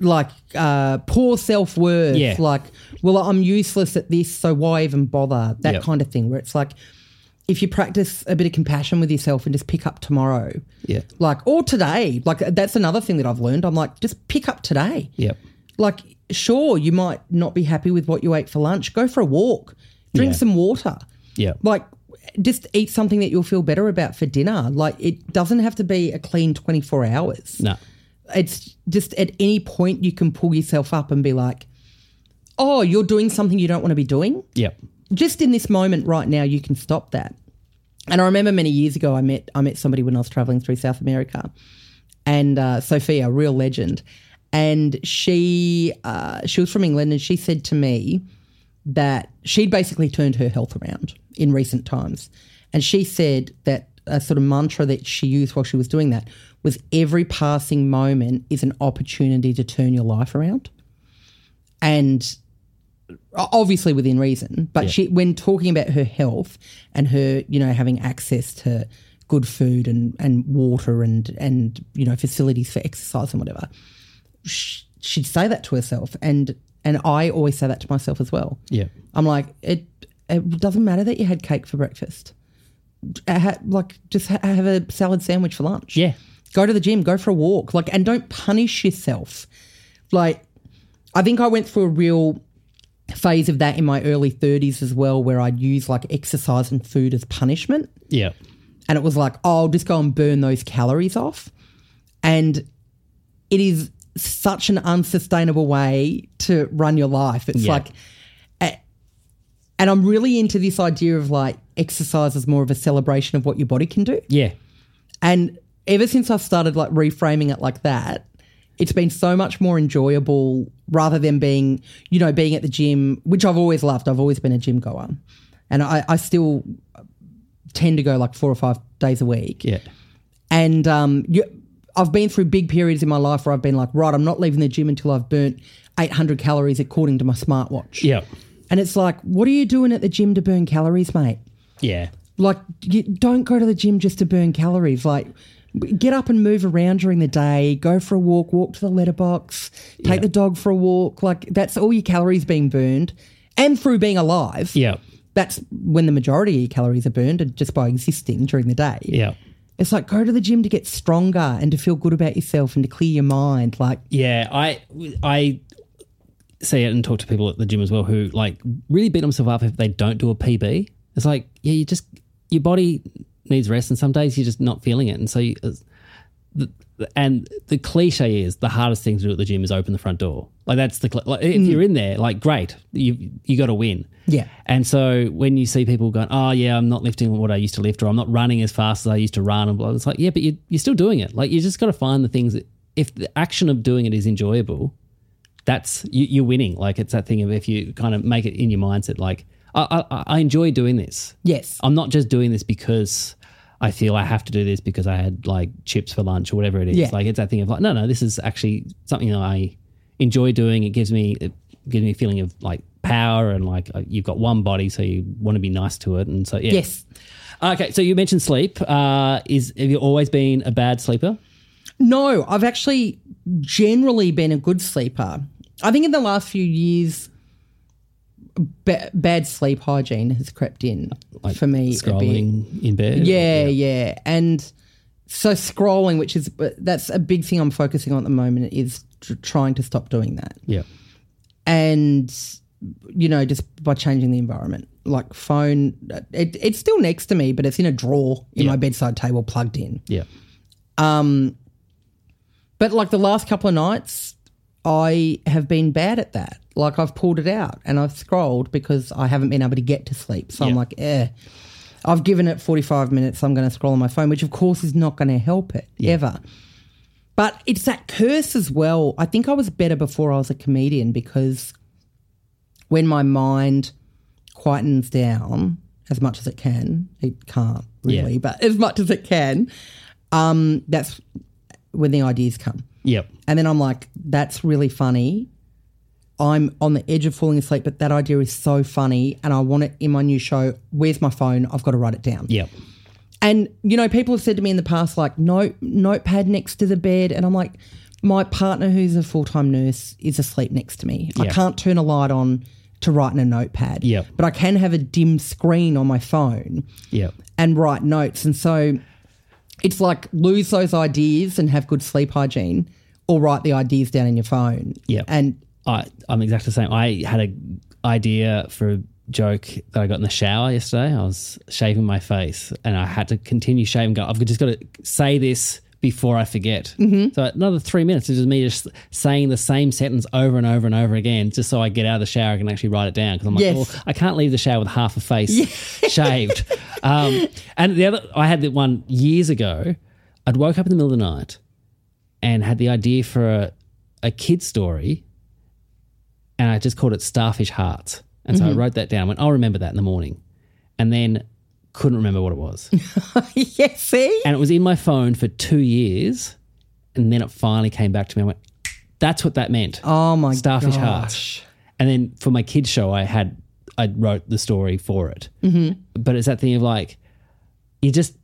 like uh, poor self worth, Yeah. like, well, I'm useless at this, so why even bother? That Yep. kind of thing, where it's like, if you practice a bit of compassion with yourself and just pick up tomorrow, Yeah. like, or today, like, that's another thing that I've learned. I'm like, just pick up today. Yeah. Like, sure, you might not be happy with what you ate for lunch. Go for a walk, drink Yeah. some water. Yeah. Like, just eat something that you'll feel better about for dinner. Like, it doesn't have to be a clean 24 hours No. it's just at any point you can pull yourself up and be like, oh, you're doing something you don't want to be doing. Yeah. Just in this moment right now, you can stop that. And I remember many years ago, I met I met somebody when I was traveling through South America, and uh, Sophia, a real legend, and she uh, she was from England, and she said to me, that she'd basically turned her health around in recent times. And she said that a sort of mantra that she used while she was doing that was every passing moment is an opportunity to turn your life around. And o- obviously within reason, but she when talking about her health and her, you know, having access to good food and, and water and and you know facilities for exercise and whatever, sh- she'd say that to herself and and I always say that to myself as well. Yeah. I'm like, it it doesn't matter that you had cake for breakfast. Uh, ha- like, just ha- have a salad sandwich for lunch. Yeah. Go to the gym. Go for a walk. Like, and don't punish yourself. Like, I think I went through a real phase of that in my early 30s as well, where I'd use like exercise and food as punishment. Yeah. And it was like, oh, I'll just go and burn those calories off. And it is such an unsustainable way to run your life. It's Yeah. like, a- and I'm really into this idea of like exercise is more of a celebration of what your body can do. Yeah. And ever since I've started like reframing it like that, it's been so much more enjoyable rather than being, you know, being at the gym, which I've always loved. I've always been a gym goer. And I, I still tend to go like four or five days a week. Yeah. And um, you, I've been through big periods in my life where I've been like, right, I'm not leaving the gym until I've burnt 800 calories according to my smartwatch. Yeah. And it's like, what are you doing at the gym to burn calories, mate? Yeah. Like, you don't go to the gym just to burn calories. Like, get up and move around during the day, go for a walk, walk to the letterbox, take the dog for a walk. Like, that's all your calories being burned. And through being alive, Yeah. that's when the majority of your calories are burned, and just by existing during the day. Yeah. It's like, go to the gym to get stronger and to feel good about yourself and to clear your mind. Like, Yeah, I I say it and talk to people at the gym as well who like really beat themselves up if they don't do a PB. It's like yeah, you just your body needs rest, and some days you're just not feeling it, and so you, it's- the, and the cliche is the hardest thing to do at the gym is open the front door. Like that's the cl- like, if you're in there, like great, you you got to win. Yeah. And so when you see people going, oh yeah, I'm not lifting what I used to lift, or I'm not running as fast as I used to run, and blah, it's like yeah, but you, you're still doing it. Like you just got to find the things. That, if the action of doing it is enjoyable, that's you, you're winning. Like it's that thing of if you kind of make it in your mindset, like I, I, I enjoy doing this. yes, I'm not just doing this because I feel I have to do this because I had like chips for lunch or whatever it is. Yeah. Like it's that thing of like, no, no, this is actually something that I enjoy doing. It gives me it gives me a feeling of like power and like uh, you've got one body, so you want to be nice to it. And so yeah. yes. Okay, so you mentioned sleep. Uh, is have you always been a bad sleeper? No, I've actually generally been a good sleeper. I think in the last few years, ba- bad sleep hygiene has crept in for me. a bit. Scrolling in bed. Yeah, yeah, And so scrolling, which is that's a big thing I'm focusing on at the moment, is tr- trying to stop doing that. Yeah. and you know just by changing the environment like phone it, it's still next to me but it's in a drawer in my bedside table plugged in Yeah. but like the last couple of nights i have been bad at that like i've pulled it out and i've scrolled because i haven't been able to get to sleep so i'm Yeah. like eh i've given it 45 minutes i'm going to scroll on my phone which of course is not going to help it ever But it's that curse as well. I think I was better before I was a comedian because when my mind quietens down as much as it can, it can't really, Yeah. but as much as it can, um, that's when the ideas come. Yeah. And then I'm like, that's really funny. I'm on the edge of falling asleep, but that idea is so funny and I want it in my new show. Where's my phone? I've got to write it down. Yeah. And you know, people have said to me in the past, like, no notepad next to the bed, and I'm like, my partner, who's a full time nurse, is asleep next to me. I Yeah. can't turn a light on to write in a notepad. Yeah. but I can have a dim screen on my phone Yeah. and write notes. And so it's like lose those ideas and have good sleep hygiene, or write the ideas down in your phone. Yeah. and I, I'm exactly the same. I had an idea for a joke that I got in the shower yesterday. I was shaving my face and I had to continue shaving. Go, I've just got to say this before I forget. Mm-hmm. So another three minutes is just me just saying the same sentence over and over and over again, just so I get out of the shower and can actually write it down. Because I'm like, Yes. well, I can't leave the shower with half a face shaved. Um, and the other, I had the one years ago. I'd woke up in the middle of the night and had the idea for a, a kid story, and I just called it Starfish Hearts. And Mm-hmm. so I wrote that down. I went, I'll remember that in the morning. And then couldn't remember what it was. yeah, see? and it was in my phone for two years. And then it finally came back to me. I went, that's what that meant. Oh my Starfish gosh. Heart. And then for my kids' show, I had, I wrote the story for it. Mm-hmm. But it's that thing of like, you just,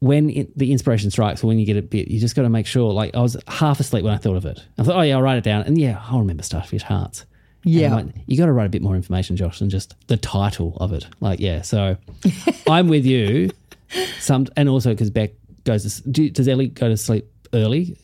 when it, the inspiration strikes, when you get a bit, you just got to make sure. Like, I was half asleep when I thought of it. I thought, oh, yeah, I'll write it down. And yeah, I'll remember Starfish Hearts. And Yeah. I'm like, you got to write a bit more information, Josh, than just the title of it. Like, yeah. So I'm with you. Some And also because Beck goes to, s- do, does Ellie go to sleep early?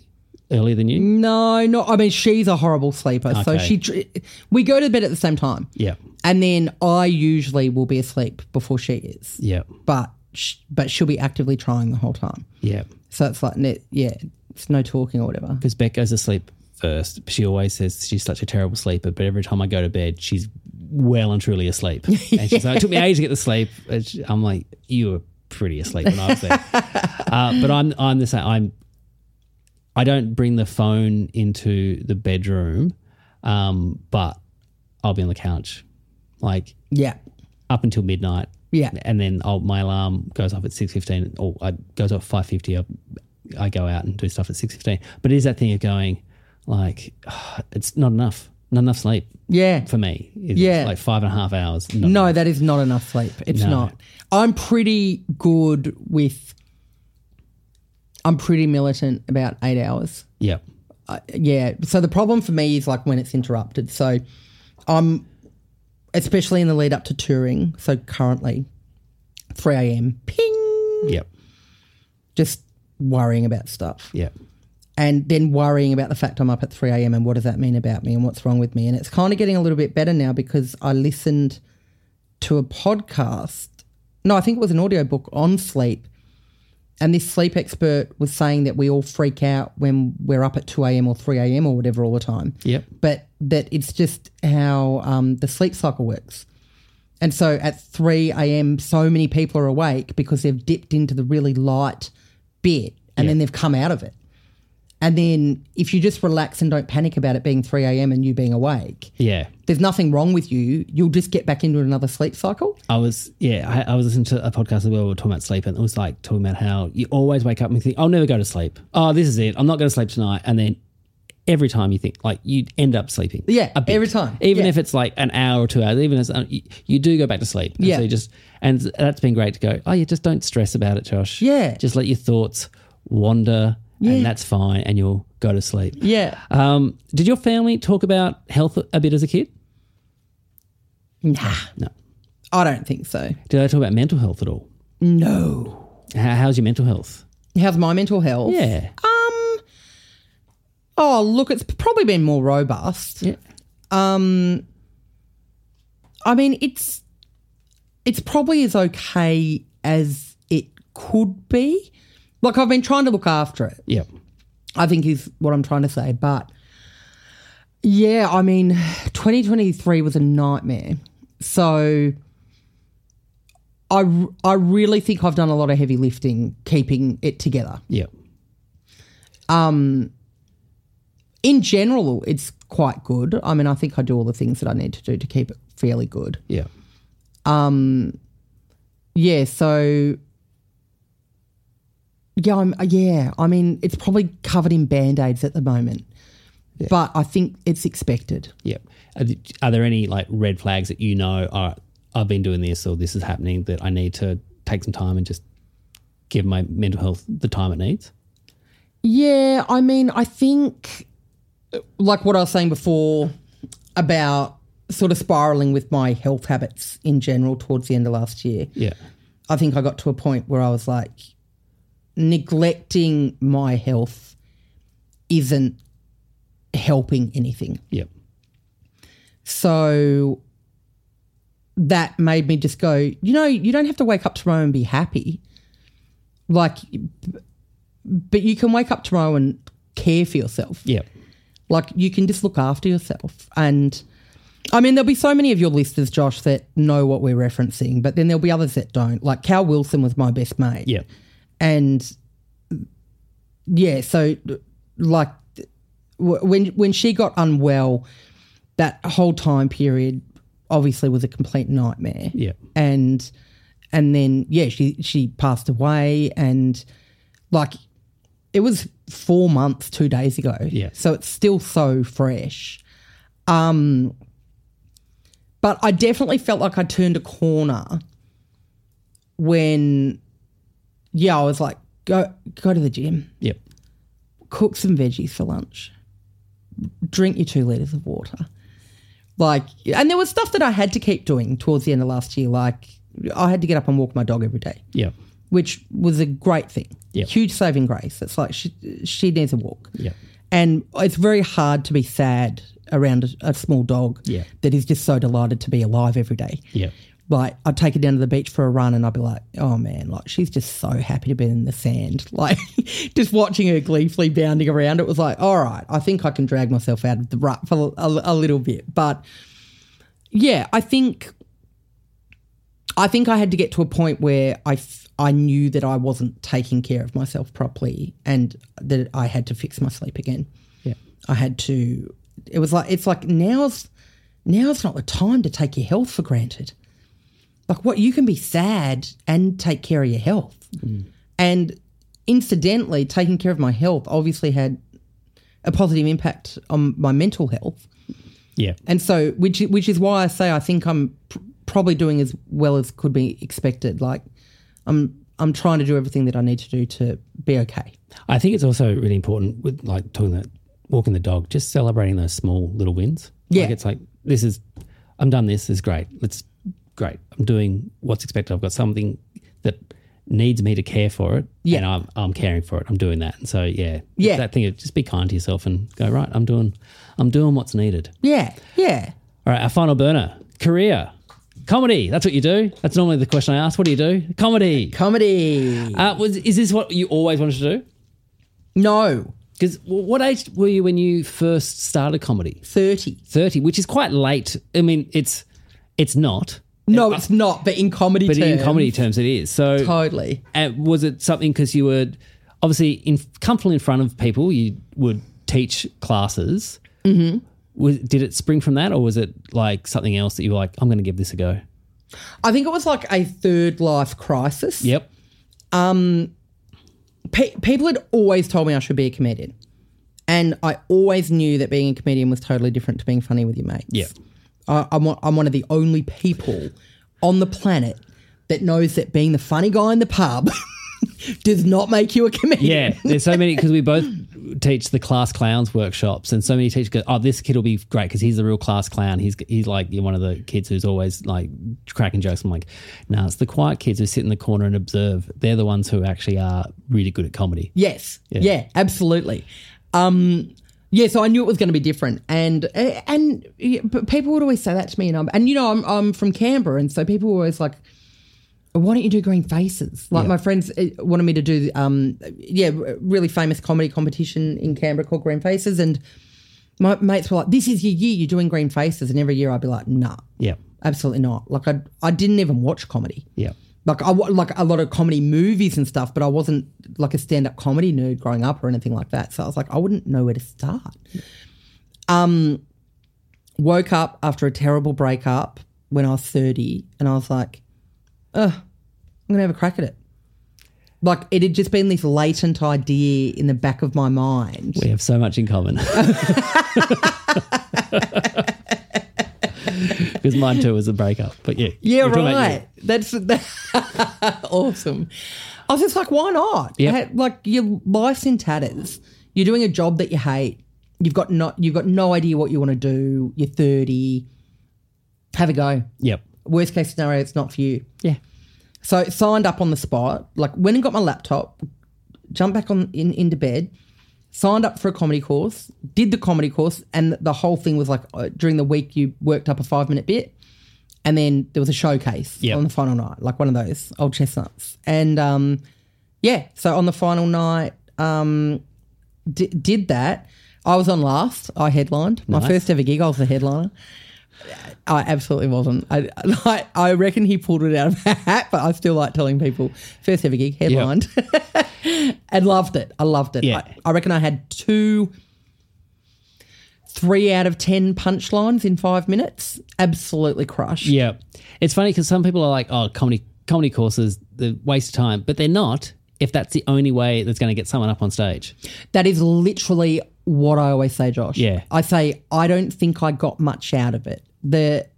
Earlier than Mm. you? No, no. I mean, she's a horrible sleeper. So Okay. she, dr- we go to bed at the same time. Yeah. And then I usually will be asleep before she is. Yeah. But, sh- but she'll be actively trying the whole time. Yeah. So it's like, ne- yeah, it's no talking or whatever. because Beck goes to sleep first. She always says she's such a terrible sleeper, but every time I go to bed, she's well and truly asleep. And she's like, it took me ages to get to sleep. And she- I'm like, you were pretty asleep when I was there. uh, but I'm I'm the same. I'm I don't bring the phone into the bedroom, um, but I'll be on the couch, like Yeah. up until midnight. Yeah. and then I'll, my alarm goes off at six fifteen, or I goes off five fifty. I, I go out and do stuff at six fifteen. But it is that thing of going, like, it's not enough, not enough sleep Yeah. for me. It's Yeah. like five and a half hours. Not No, that is not enough sleep. It's No. not. I'm pretty good with, I'm pretty militant about eight hours. Yeah, uh, yeah. So the problem for me is like when it's interrupted. So I'm, especially in the lead up to touring. So currently, three a.m. ping, yeah, just worrying about stuff, yeah, and then worrying about the fact I'm up at three a.m. and what does that mean about me and what's wrong with me. And it's kind of getting a little bit better now because I listened to a podcast. No, I think it was an audiobook on sleep. And this sleep expert was saying that we all freak out when we're up at 2 a.m. or 3 a.m. or whatever all the time yeah, but that it's just how um, the sleep cycle works. And so at 3 a.m., so many people are awake because they've dipped into the really light bit and then they've come out of it. And then if you just relax and don't panic about it being 3 a.m. and you being awake, yeah. there's nothing wrong with you. You'll just get back into another sleep cycle. I was yeah, I, I was listening to a podcast as well. We were talking about sleep, and it was like talking about how you always wake up and think, "I'll never go to sleep. Oh, this is it. I'm not going to sleep tonight." And then every time you think, like, you end up sleeping. Yeah, a bit. every time. even Yeah. if it's like an hour or two hours. Even as you, you do go back to sleep. And Yeah. so you just and that's been great to go. Oh, yeah, just don't stress about it, Josh. Yeah. just let your thoughts wander, and that's fine, and you'll go to sleep. Yeah. Um, did your family talk about health a bit as a kid? Nah, No. I don't think so. Did they talk about mental health at all? No. Uh, How, how's your mental health? How's my mental health? Yeah. Oh, look, it's probably been more robust. Um, Yeah. I mean, it's it's probably as okay as it could be. Like I've been trying to look after it. Yeah. I think is what I'm trying to say, but yeah, I mean, 2023 was a nightmare. So I r- I really think I've done a lot of heavy lifting keeping it together. Yeah. In general, it's quite good. I mean, I think I do all the things that I need to do to keep it fairly good. Yeah. Yeah, so yeah, I'm yeah. I mean, it's probably covered in band aids at the moment, but I think it's expected. Yeah. Are, th- are there any like red flags that you know are I've been doing this or this is happening that I need to take some time and just give my mental health the time it needs? Yeah, I mean, I think like what I was saying before about sort of spiraling with my health habits in general towards the end of last year. Yeah. I think I got to a point where I was like, neglecting my health isn't helping anything. Yeah. So that made me just go, you know, you don't have to wake up tomorrow and be happy. Like, b- but you can wake up tomorrow and care for yourself. Yeah. Like, you can just look after yourself. And I mean, there'll be so many of your listeners, Josh, that know what we're referencing, but then there'll be others that don't. Like, Cal Wilson was my best mate Yeah. and yeah, so like w- when when she got unwell, that whole time period obviously was a complete nightmare. Yeah. And and then yeah, she she passed away and like it was 4 months 2 days ago. Yeah. So it's still so fresh. Um but I definitely felt like I turned a corner when yeah, I was like go go to the gym Yep. cook some veggies for lunch, drink your two litres of water. Like, and there was stuff that I had to keep doing towards the end of last year. Like, I had to get up and walk my dog every day, Yep. which was a great thing. Yeah. Huge saving grace. It's like she, she needs a walk. Yep. And it's very hard to be sad around a, a small dog Yeah. that is just so delighted to be alive every day. Yep. Like I'd take her down to the beach for a run, and I'd be like, "Oh man, like she's just so happy to be in the sand." Like just watching her gleefully bounding around, it was like, "All right, I think I can drag myself out of the rut for a, a little bit." But yeah, I think I think I had to get to a point where I f- I knew that I wasn't taking care of myself properly, and that I had to fix my sleep again. Yep. I had to. It was like it's like now's now's not the time to take your health for granted. Like what you can be sad and take care of your health. Mm. And incidentally, taking care of my health obviously had a positive impact on my mental health. Yep. And so, which which is why I say I think I'm pr- probably doing as well as could be expected. Like I'm I'm trying to do everything that I need to do to be okay. I think it's also really important with like talking about walking the dog, just celebrating those small little wins. Yeah. Like it's like, this is, I'm done this, this is great. Let's, great. I'm doing what's expected. I've got something that needs me to care for it. Yeah. And I'm, I'm caring for it. I'm doing that. And so, yeah. it's Yeah. That thing of just be kind to yourself and go, right, I'm doing, I'm doing what's needed. Yeah, yeah. All right, our final burner career. Comedy. That's what you do. That's normally the question I ask. What do you do? Comedy. Comedy. Uh, was, is this what you always wanted to do? No, Because what age were you when you first started comedy? thirty. Thirty, which is quite late. I mean, it's it's not, No, it's not. But in comedy, but terms, in comedy terms, it is. So, totally. uh, was it something because you were obviously in, comfortable in front of people? You would teach classes. Mm-hmm. Was, did it spring from that, or was it like something else that you were like, "I'm going to give this a go"? I think it was like a third life crisis. Yep. Pe- people had always told me I should be a comedian, and I always knew that being a comedian was totally different to being funny with your mates. Yeah. I, I'm one- I'm one of the only people on the planet that knows that being the funny guy in the pub does not make you a comedian. Yeah, there's so many because we both teach the class clowns workshops, and so many teachers go, "Oh, this kid will be great because he's the real class clown. He's he's like one of the kids who's always like cracking jokes." I'm like, "No, it's the quiet kids who sit in the corner and observe. They're the ones who actually are really good at comedy." Yes. Yeah, absolutely. Um yeah, so I knew it was going to be different, and eh, and yeah, but people would always say that to me, and I'm and you know I'm I'm from Canberra, and so people were always like, "Why don't you do green faces?" Like my friends eh, wanted me to do um yeah r- really famous comedy competition in Canberra called Green Faces, and my mates were like, "This is your year, you're doing green faces," and every year I'd be like, "Nah, Yeah, absolutely not." Like I I didn't even watch comedy yeah, like I wa- like a lot of comedy movies and stuff, but I wasn't like a stand up comedy nerd growing up or anything like that. So I was like, I wouldn't know where to start. Um, woke up after a terrible breakup when I was thirty, and I was like, "Ugh, I'm gonna have a crack at it." Like it had just been this latent idea in the back of my mind. we have so much in common. Because mine too was a breakup, but yeah, Yeah, We're talking about you. right. That's awesome. I was just like, why not? Yep. Ha- Like your life's in tatters. You're doing a job that you hate. You've got not. You've got no idea what you want to do. You're 30. Have a go. Yep, Worst case scenario, it's not for you. yeah, So signed up on the spot. Like went and got my laptop. Jumped back on in into bed. Signed up for a comedy course. Did the comedy course, and the whole thing was like uh, during the week you worked up a five minute bit and then there was a showcase Yep. on the final night, like one of those old chestnuts. And um, yeah, so on the final night, um, d- did that. I was on last. I headlined my Nice. first ever gig. I was the headliner. I absolutely wasn't. I I, I reckon he pulled it out of a hat, but I still like telling people first ever gig headlined, and loved it. I loved it. Yeah. I, I reckon I had two three out of 10 punchlines in five minutes, absolutely crushed. Yeah, it's funny because some people are like, "Oh, comedy comedy courses, the waste of time," but they're not. If that's the only way that's going to get someone up on stage, That is literally what I always say, Josh. Yeah. I say, I don't think I got much out of it. The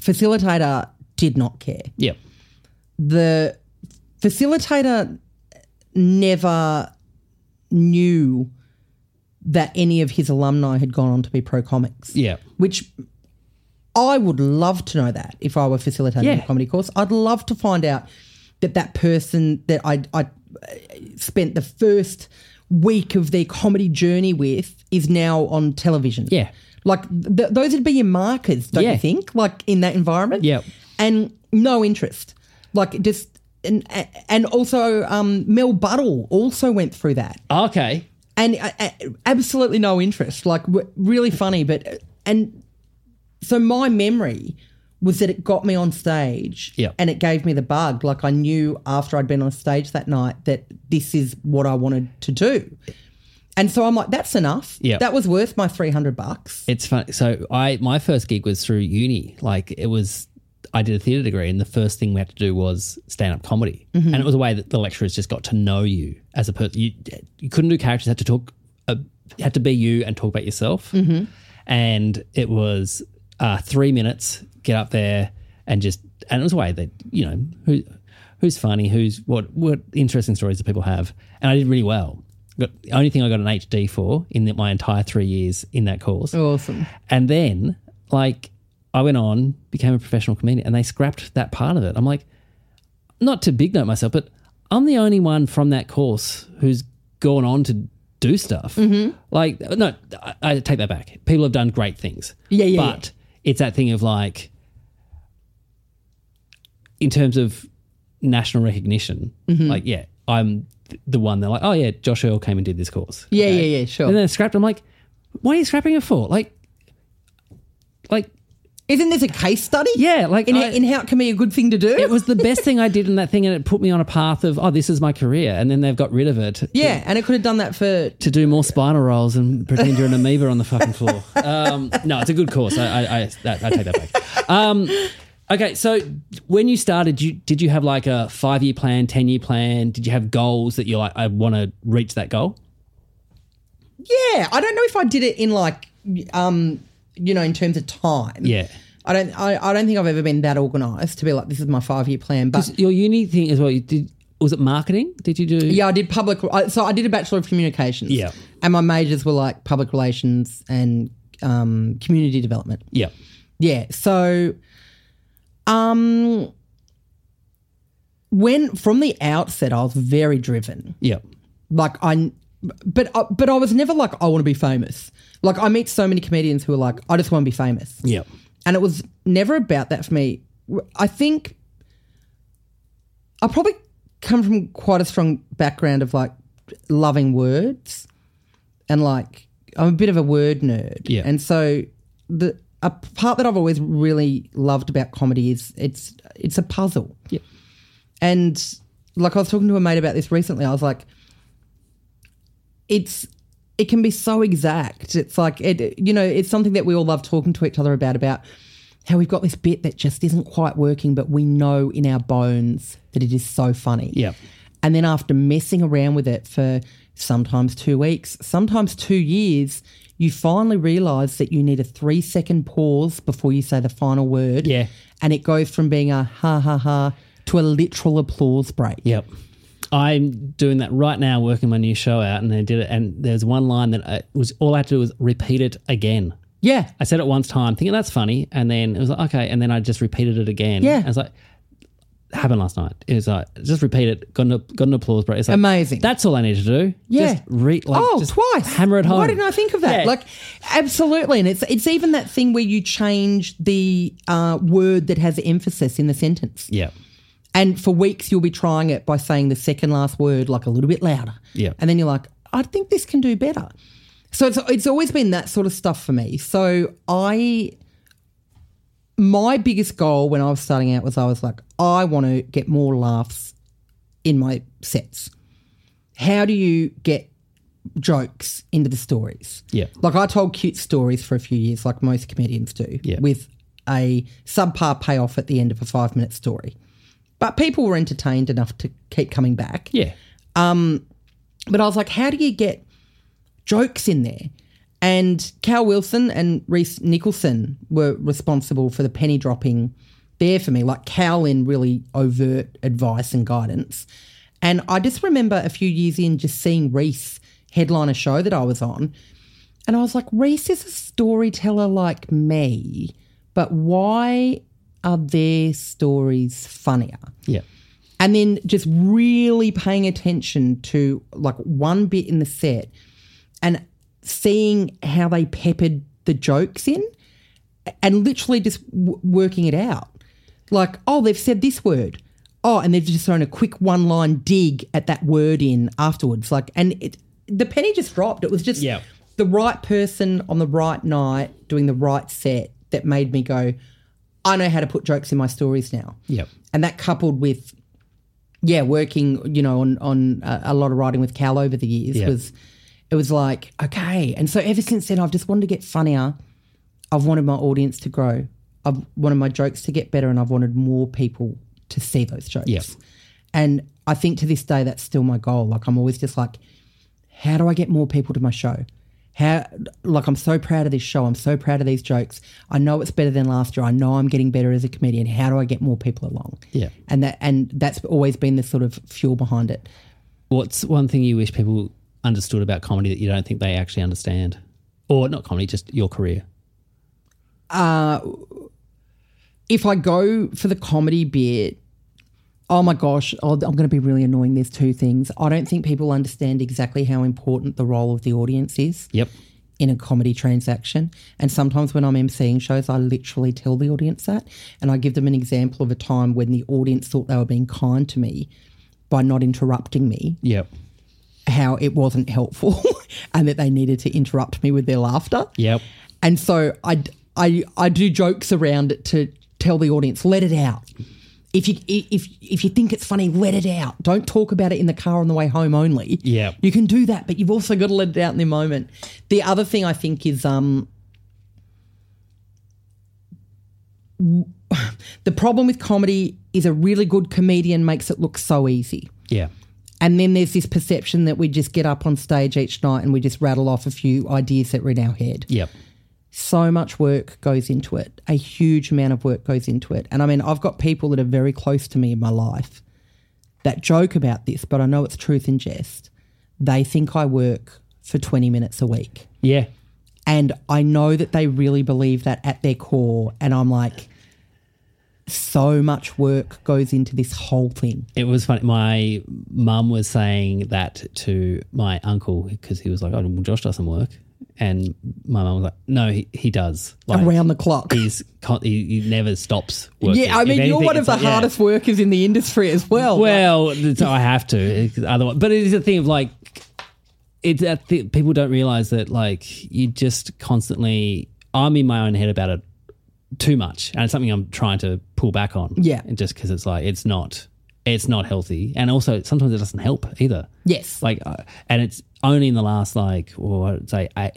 facilitator did not care. yeah, The facilitator never knew that any of his alumni had gone on to be pro comics. yeah, Which I would love to know that if I were facilitating Yeah. a comedy course. I'd love to find out that that person that I, I uh, spent the first week of their comedy journey with is now on television. Yeah. Like th- those would be your markers, don't Yeah. you think? Like in that environment. Yep. And no interest. Like just. And, and also, um, Mel Buttle also went through that okay, and uh, uh, absolutely no interest. Like w- really funny, but uh, and so my memory was that it got me on stage Yeah. and it gave me the bug. Like I knew after I'd been on stage that night that this is what I wanted to do. And so I'm like, that's enough. Yeah. That was worth my 300 bucks. It's fun. So I my first gig was through uni. Like it was, I did a theatre degree, and the first thing we had to do was stand up comedy, and it was a way that the lecturers just got to know you as a person. You, you couldn't do characters; had to talk, uh, had to be you and talk about yourself. And it was uh, three minutes. Get up there and just, and it was a way that you know who. Who's funny? Who's what? What interesting stories do people have? And I did really well. Got, the only thing I got an HD for in the, my entire three years in that course Awesome. and then, like, I went on, became a professional comedian, and they scrapped that part of it. I'm like, not to big note myself, but I'm the only one from that course who's gone on to do stuff. Mm-hmm. Like, no, I, I take that back. People have done great things. Yeah, yeah, But it's that thing of like, in terms of national recognition, Mm-hmm. like, yeah, I'm th- the one they're like, oh, yeah, Josh Earl came and did this course. Yeah, yeah, yeah, sure. And then scrapped. I'm like, what are you scrapping it for? Like, like Isn't this a case study? yeah, like In, I- in how it can be a good thing to do? it was the best thing I did in that thing, and it put me on a path of oh, this is my career. And then they've got rid of it. yeah. And it could have done that for To do more spinal rolls and pretend you're an amoeba on the fucking floor. Um, no, it's a good course. I, I, I, that, I take that back. Um, okay, so when you started, you, did you have like a five year plan, 10 year plan? Did you have goals that you're like, I want to reach that goal? Yeah, I don't know if I did it in like um you know in terms of time. Yeah. I don't I, I don't think I've ever been that organized to be like this is my 5 year plan, but Your uni thing as well, you did, was it marketing? Did you do? yeah, I did public I, so I did a bachelor of communications. Yeah. And my majors were like public relations and um community development. Yeah. Yeah. So, um, when from the outset, I was very driven. Yeah. Like I, but I, but I was never like I want to be famous. Like I meet so many comedians who are like I just want to be famous, Yeah. and it was never about that for me. I think I probably come from quite a strong background of like loving words and like I'm a bit of a word nerd. Yeah. And so the a part that I've always really loved about comedy is it's it's a puzzle. Yeah. And like I was talking to a mate about this recently, I was like, it's it can be so exact. It's like it you know, it's something that we all love talking to each other about about how we've got this bit that just isn't quite working, but we know in our bones that it is so funny. Yeah. And then after messing around with it for sometimes two weeks, sometimes two years, you finally realize that you need a three second pause before you say the final word. Yeah. And it goes from being a ha ha ha to a literal applause break. Yep. I'm doing that right now, working my new show out, and I did it. And there's one line that I, was all I had to do was repeat it again. Yeah. I said it once time, thinking that's funny, and then it was like okay, and then I just repeated it again. Yeah. I was like, happened last night. It was like just repeat it. Got an, got an applause break. It's like, Amazing. That's all I need to do. Yeah. Just re, like, oh, just twice. Hammer it home. Why didn't I think of that? Yeah. Like, absolutely. And it's it's even that thing where you change the uh, word that has emphasis in the sentence. yeah, And for weeks, you'll be trying it by saying the second last word like a little bit louder. Yeah. And then you're like, I think this can do better. So it's it's always been that sort of stuff for me. So I my biggest goal when I was starting out was I was like, I want to get more laughs in my sets. How do you get jokes into the stories. Yeah. Like I told cute stories for a few years, like most comedians do, Yeah. with a subpar payoff at the end of a five minute story. But people were entertained enough to keep coming back. Yeah. But I was like, how do you get jokes in there? And Cal Wilson and Reese Nicholson were responsible for the penny dropping there for me, like Cal in really overt advice and guidance. And I just remember a few years in just seeing Reese headline a show that I was on. And I was like, Reese is a storyteller like me, but why are their stories funnier? Yeah. and then just really paying attention to like one bit in the set and seeing how they peppered the jokes in and literally just w- working it out like oh they've said this word oh and they've just thrown a quick one line dig at that word in afterwards like and it, the penny just dropped it was just Yeah. the right person on the right night doing the right set that made me go i know how to put jokes in my stories now Yeah. and that coupled with yeah working you know on on a, a lot of writing with cal over the years Yeah. was it was like okay and so ever since then i've just wanted to get funnier i've wanted my audience to grow i've wanted my jokes to get better and i've wanted more people to see those jokes Yeah. and i think to this day that's still my goal like i'm always just like how do I get more people to my show? How, like, I'm so proud of this show. I'm so proud of these jokes. I know it's better than last year. I know I'm getting better as a comedian. How do I get more people along? Yeah. And that, and that's always been the sort of fuel behind it. What's one thing you wish people understood about comedy that you don't think they actually understand? Or not comedy, just your career. If I go for the comedy bit, oh my gosh, oh, I'm going to be really annoying. There's two things. I don't think people understand exactly how important the role of the audience is. Yep. in a comedy transaction. And sometimes when I'm emceeing shows, I literally tell the audience that. And I give them an example of a time when the audience thought they were being kind to me by not interrupting me, Yep. how it wasn't helpful and that they needed to interrupt me with their laughter. Yep. And so I, I, I do jokes around it to tell the audience, let it out. If you if if you think it's funny, let it out. Don't talk about it in the car on the way home only. Yeah. you can do that, but you've also got to let it out in the moment. The other thing I think is um, the problem with comedy is a really good comedian makes it look so easy. Yeah. And then there's this perception that we just get up on stage each night and we just rattle off a few ideas that are in our head Yep. so much work goes into it. A huge amount of work goes into it. And I mean, I've got people that are very close to me in my life that joke about this, but I know it's truth and jest. They think I work for 20 minutes a week. Yeah. And I know that they really believe that at their core. And I'm like, so much work goes into this whole thing. It was funny. My mum was saying that to my uncle because he was like, "Oh, well, Josh doesn't work," and my mum was like, "No, he, he does. Like, Around the clock. he's con- he, he never stops working." Yeah, I If mean, you're anything, one of it's the like- yeah. hardest workers in the industry as well. Well, it's- I have to. Otherwise, but it is a thing of like, it's that th- people don't realize that like you just constantly. I'm in my own head about it too much, and it's something I'm trying to pull back on. Yeah. and just because it's like it's not, it's not healthy, and also sometimes it doesn't help either. yes. Like, uh, and it's only in the last like, well, I'd say eight,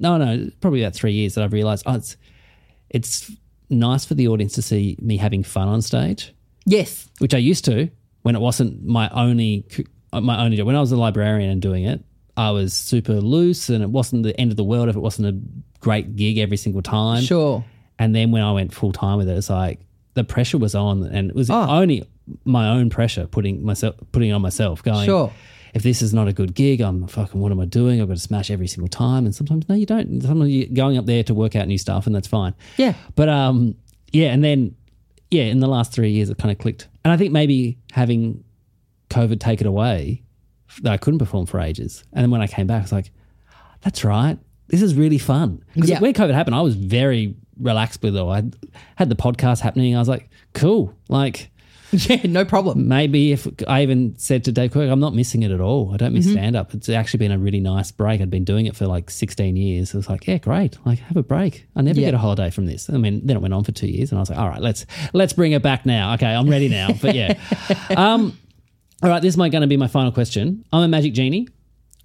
no, no, probably about three years that I've realized oh, it's it's nice for the audience to see me having fun on stage Yes. which I used to when it wasn't my only uh, my only job. When I was a librarian and doing it, I was super loose, and it wasn't the end of the world if it wasn't a great gig every single time. Sure. And then when I went full time with it, it's like the pressure was on, and it was Ah. only my own pressure putting myself putting on myself. Going, Sure. if this is not a good gig, I'm fucking. What am I doing? I've got to smash every single time. And sometimes no, you don't. Sometimes you're going up there to work out new stuff, and that's fine. Yeah. But um, yeah, and then yeah, in the last three years, it kind of clicked, and I think maybe having COVID take it away, that I couldn't perform for ages, and then when I came back, I was like, that's right, this is really fun. 'Cause Yeah. when COVID happened, I was very relaxed with it. all. I had the podcast happening. I was like, cool, like. Yeah, no problem. Maybe if I even said to Dave Quirk, I'm not missing it at all. I don't miss stand up. It's actually been a really nice break. I'd been doing it for like 16 years. It was like, yeah, great. Like, have a break. I never Yeah. get a holiday from this. I mean, then it went on for two years, and I was like, all right, let's let's bring it back now. Okay, I'm ready now. But yeah, um, all right, this is my going to be my final question. I'm a magic genie.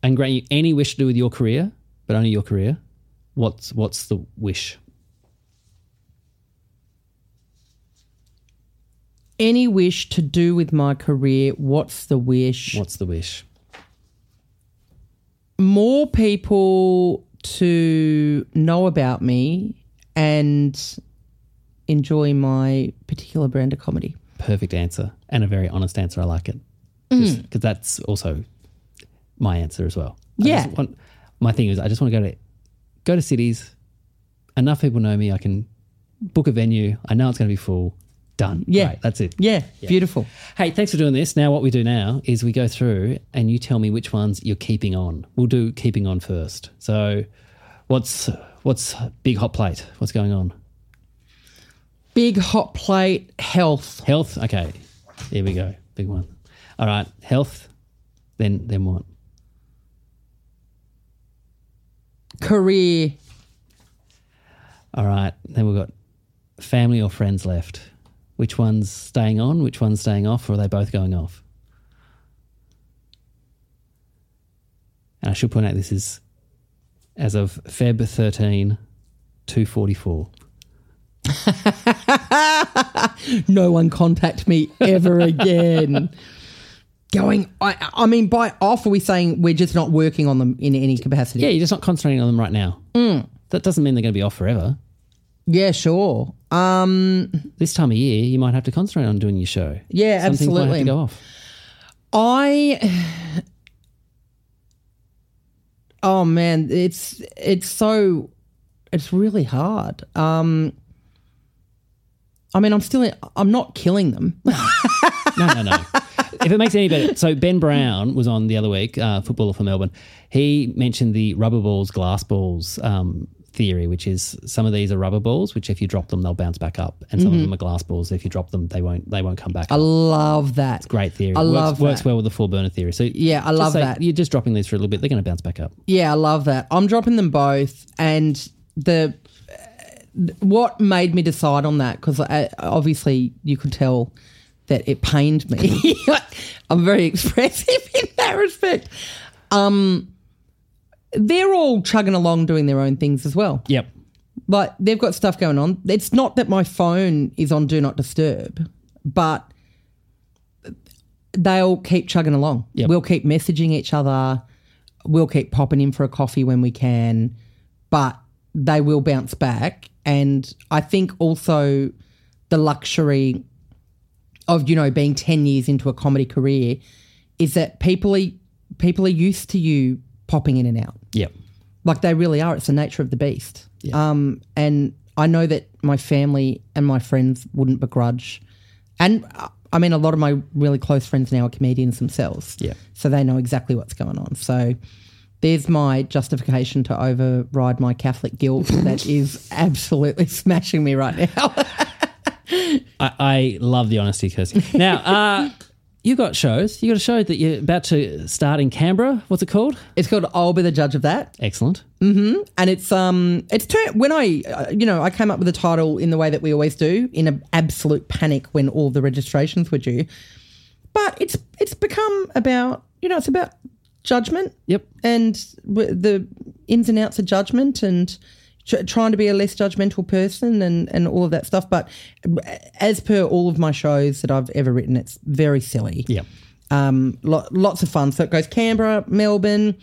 and grant you any wish to do with your career, but only your career, what's what's the wish? Any wish to do with my career? What's the wish? What's the wish? More people to know about me and enjoy my particular brand of comedy. Perfect answer and a very honest answer. I like it Mm. because that's also my answer as well. I Yeah. just want- my thing is, I just want to go to go to cities. Enough people know me. I can book a venue. I know it's going to be full. Done. Yeah. Great, that's it. Yeah, beautiful. Hey, thanks for doing this. Now, what we do now is we go through and you tell me which ones you're keeping on. We'll do keeping on first. So, what's what's big hot plate? What's going on? Big hot plate health. Health. Okay, here we go. Big one. All right, health. Then then what? Career. All right, then we've got family or friends left. Which one's staying on? Which one's staying off? Or are they both going off? And I should point out this is as of Feb 13, 244. No one contact me ever again. Going, I, I mean, by off, are we saying we're just not working on them in any capacity? Yeah, you're just not concentrating on them right now. That doesn't mean they're going to be off forever. Yeah, sure. Um, This time of year, you might have to concentrate on doing your show. yeah, Some things might have to absolutely. go off. I Oh man, it's it's so it's really hard. Um I mean, I'm still I'm not killing them. No, no, no. if it makes it any better, so Ben Brown was on the other week, uh, footballer for Melbourne. He mentioned the rubber balls, glass balls um, theory, which is some of these are rubber balls, which if you drop them, they'll bounce back up, and some of them are glass balls. If you drop them, they won't. They won't come back. Mm-hmm. I up. love that. Great theory. I works, love works that. well with the four burner theory. So Yeah, I love say that. You're just dropping these for a little bit. They're going to bounce back up. Yeah, I love that. I'm dropping them both and the what made me decide on that because obviously you could tell that it pained me. I'm very expressive in that respect. Um, they're all chugging along doing their own things as well. Yep. Like they've got stuff going on. It's not that my phone is on do not disturb, but they'll keep chugging along. Yep. We'll keep messaging each other. We'll keep popping in for a coffee when we can, but they will bounce back. And I think also the luxury of you know being 10 years into a comedy career is that people are, people are used to you popping in and out Yep. like they really are. It's the nature of the beast. Um, and I know that my family and my friends wouldn't begrudge, and uh, I mean a lot of my really close friends now are comedians themselves. Yeah. so they know exactly what's going on. So there's my justification to override my Catholic guilt that is absolutely smashing me right now. I, I love the honesty, Kirsty. Now, uh, you got shows. You got a show that you're about to start in Canberra. What's it called? it's called "I'll Be the Judge of That." Excellent. and it's um it's turn when I uh, you know I came up with a title in the way that we always do in an absolute panic when all the registrations were due, but it's it's become about you know it's about judgment Yep. and w- the ins and outs of judgment and tr- trying to be a less judgmental person and and all of that stuff. But uh, as per all of my shows that I've ever written, it's very silly Yep. um, lo- lots of fun. So it goes Canberra, Melbourne.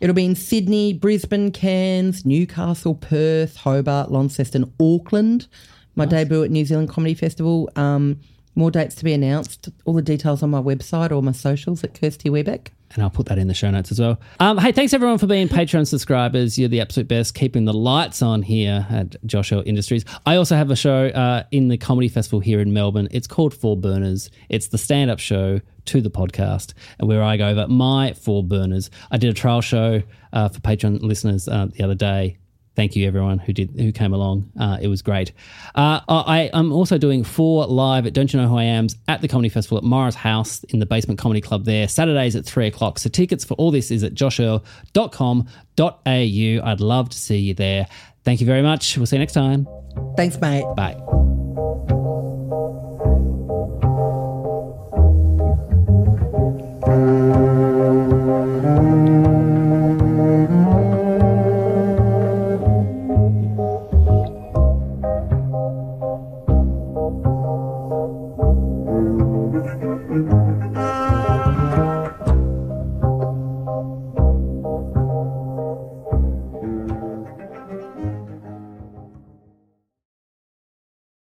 It'll be in Sydney, Brisbane, Cairns, Newcastle, Perth, Hobart, Launceston, Auckland. My debut at New Zealand Comedy Festival. Um, more dates to be announced. All the details on my website or my socials at Kirsty Webeck. And I'll put that in the show notes as well. Um, hey, thanks everyone for being Patreon subscribers. You're the absolute best, keeping the lights on here at Joshua Industries. I also have a show uh, in the comedy festival here in Melbourne. It's called Four Burners. It's the stand up show to the podcast, where I go over my four burners. I did a trial show uh, for Patreon listeners uh, the other day. Thank you, everyone who did who came along. Uh, it was great. Uh, I, I'm also doing four live at Don't You Know Who I Am's at the Comedy Festival at Mara's House in the Basement Comedy Club there, Saturdays at 3 o'clock. So tickets for all this is at joshua.com.au. I'd love to see you there. Thank you very much. We'll see you next time. Thanks, mate. Bye.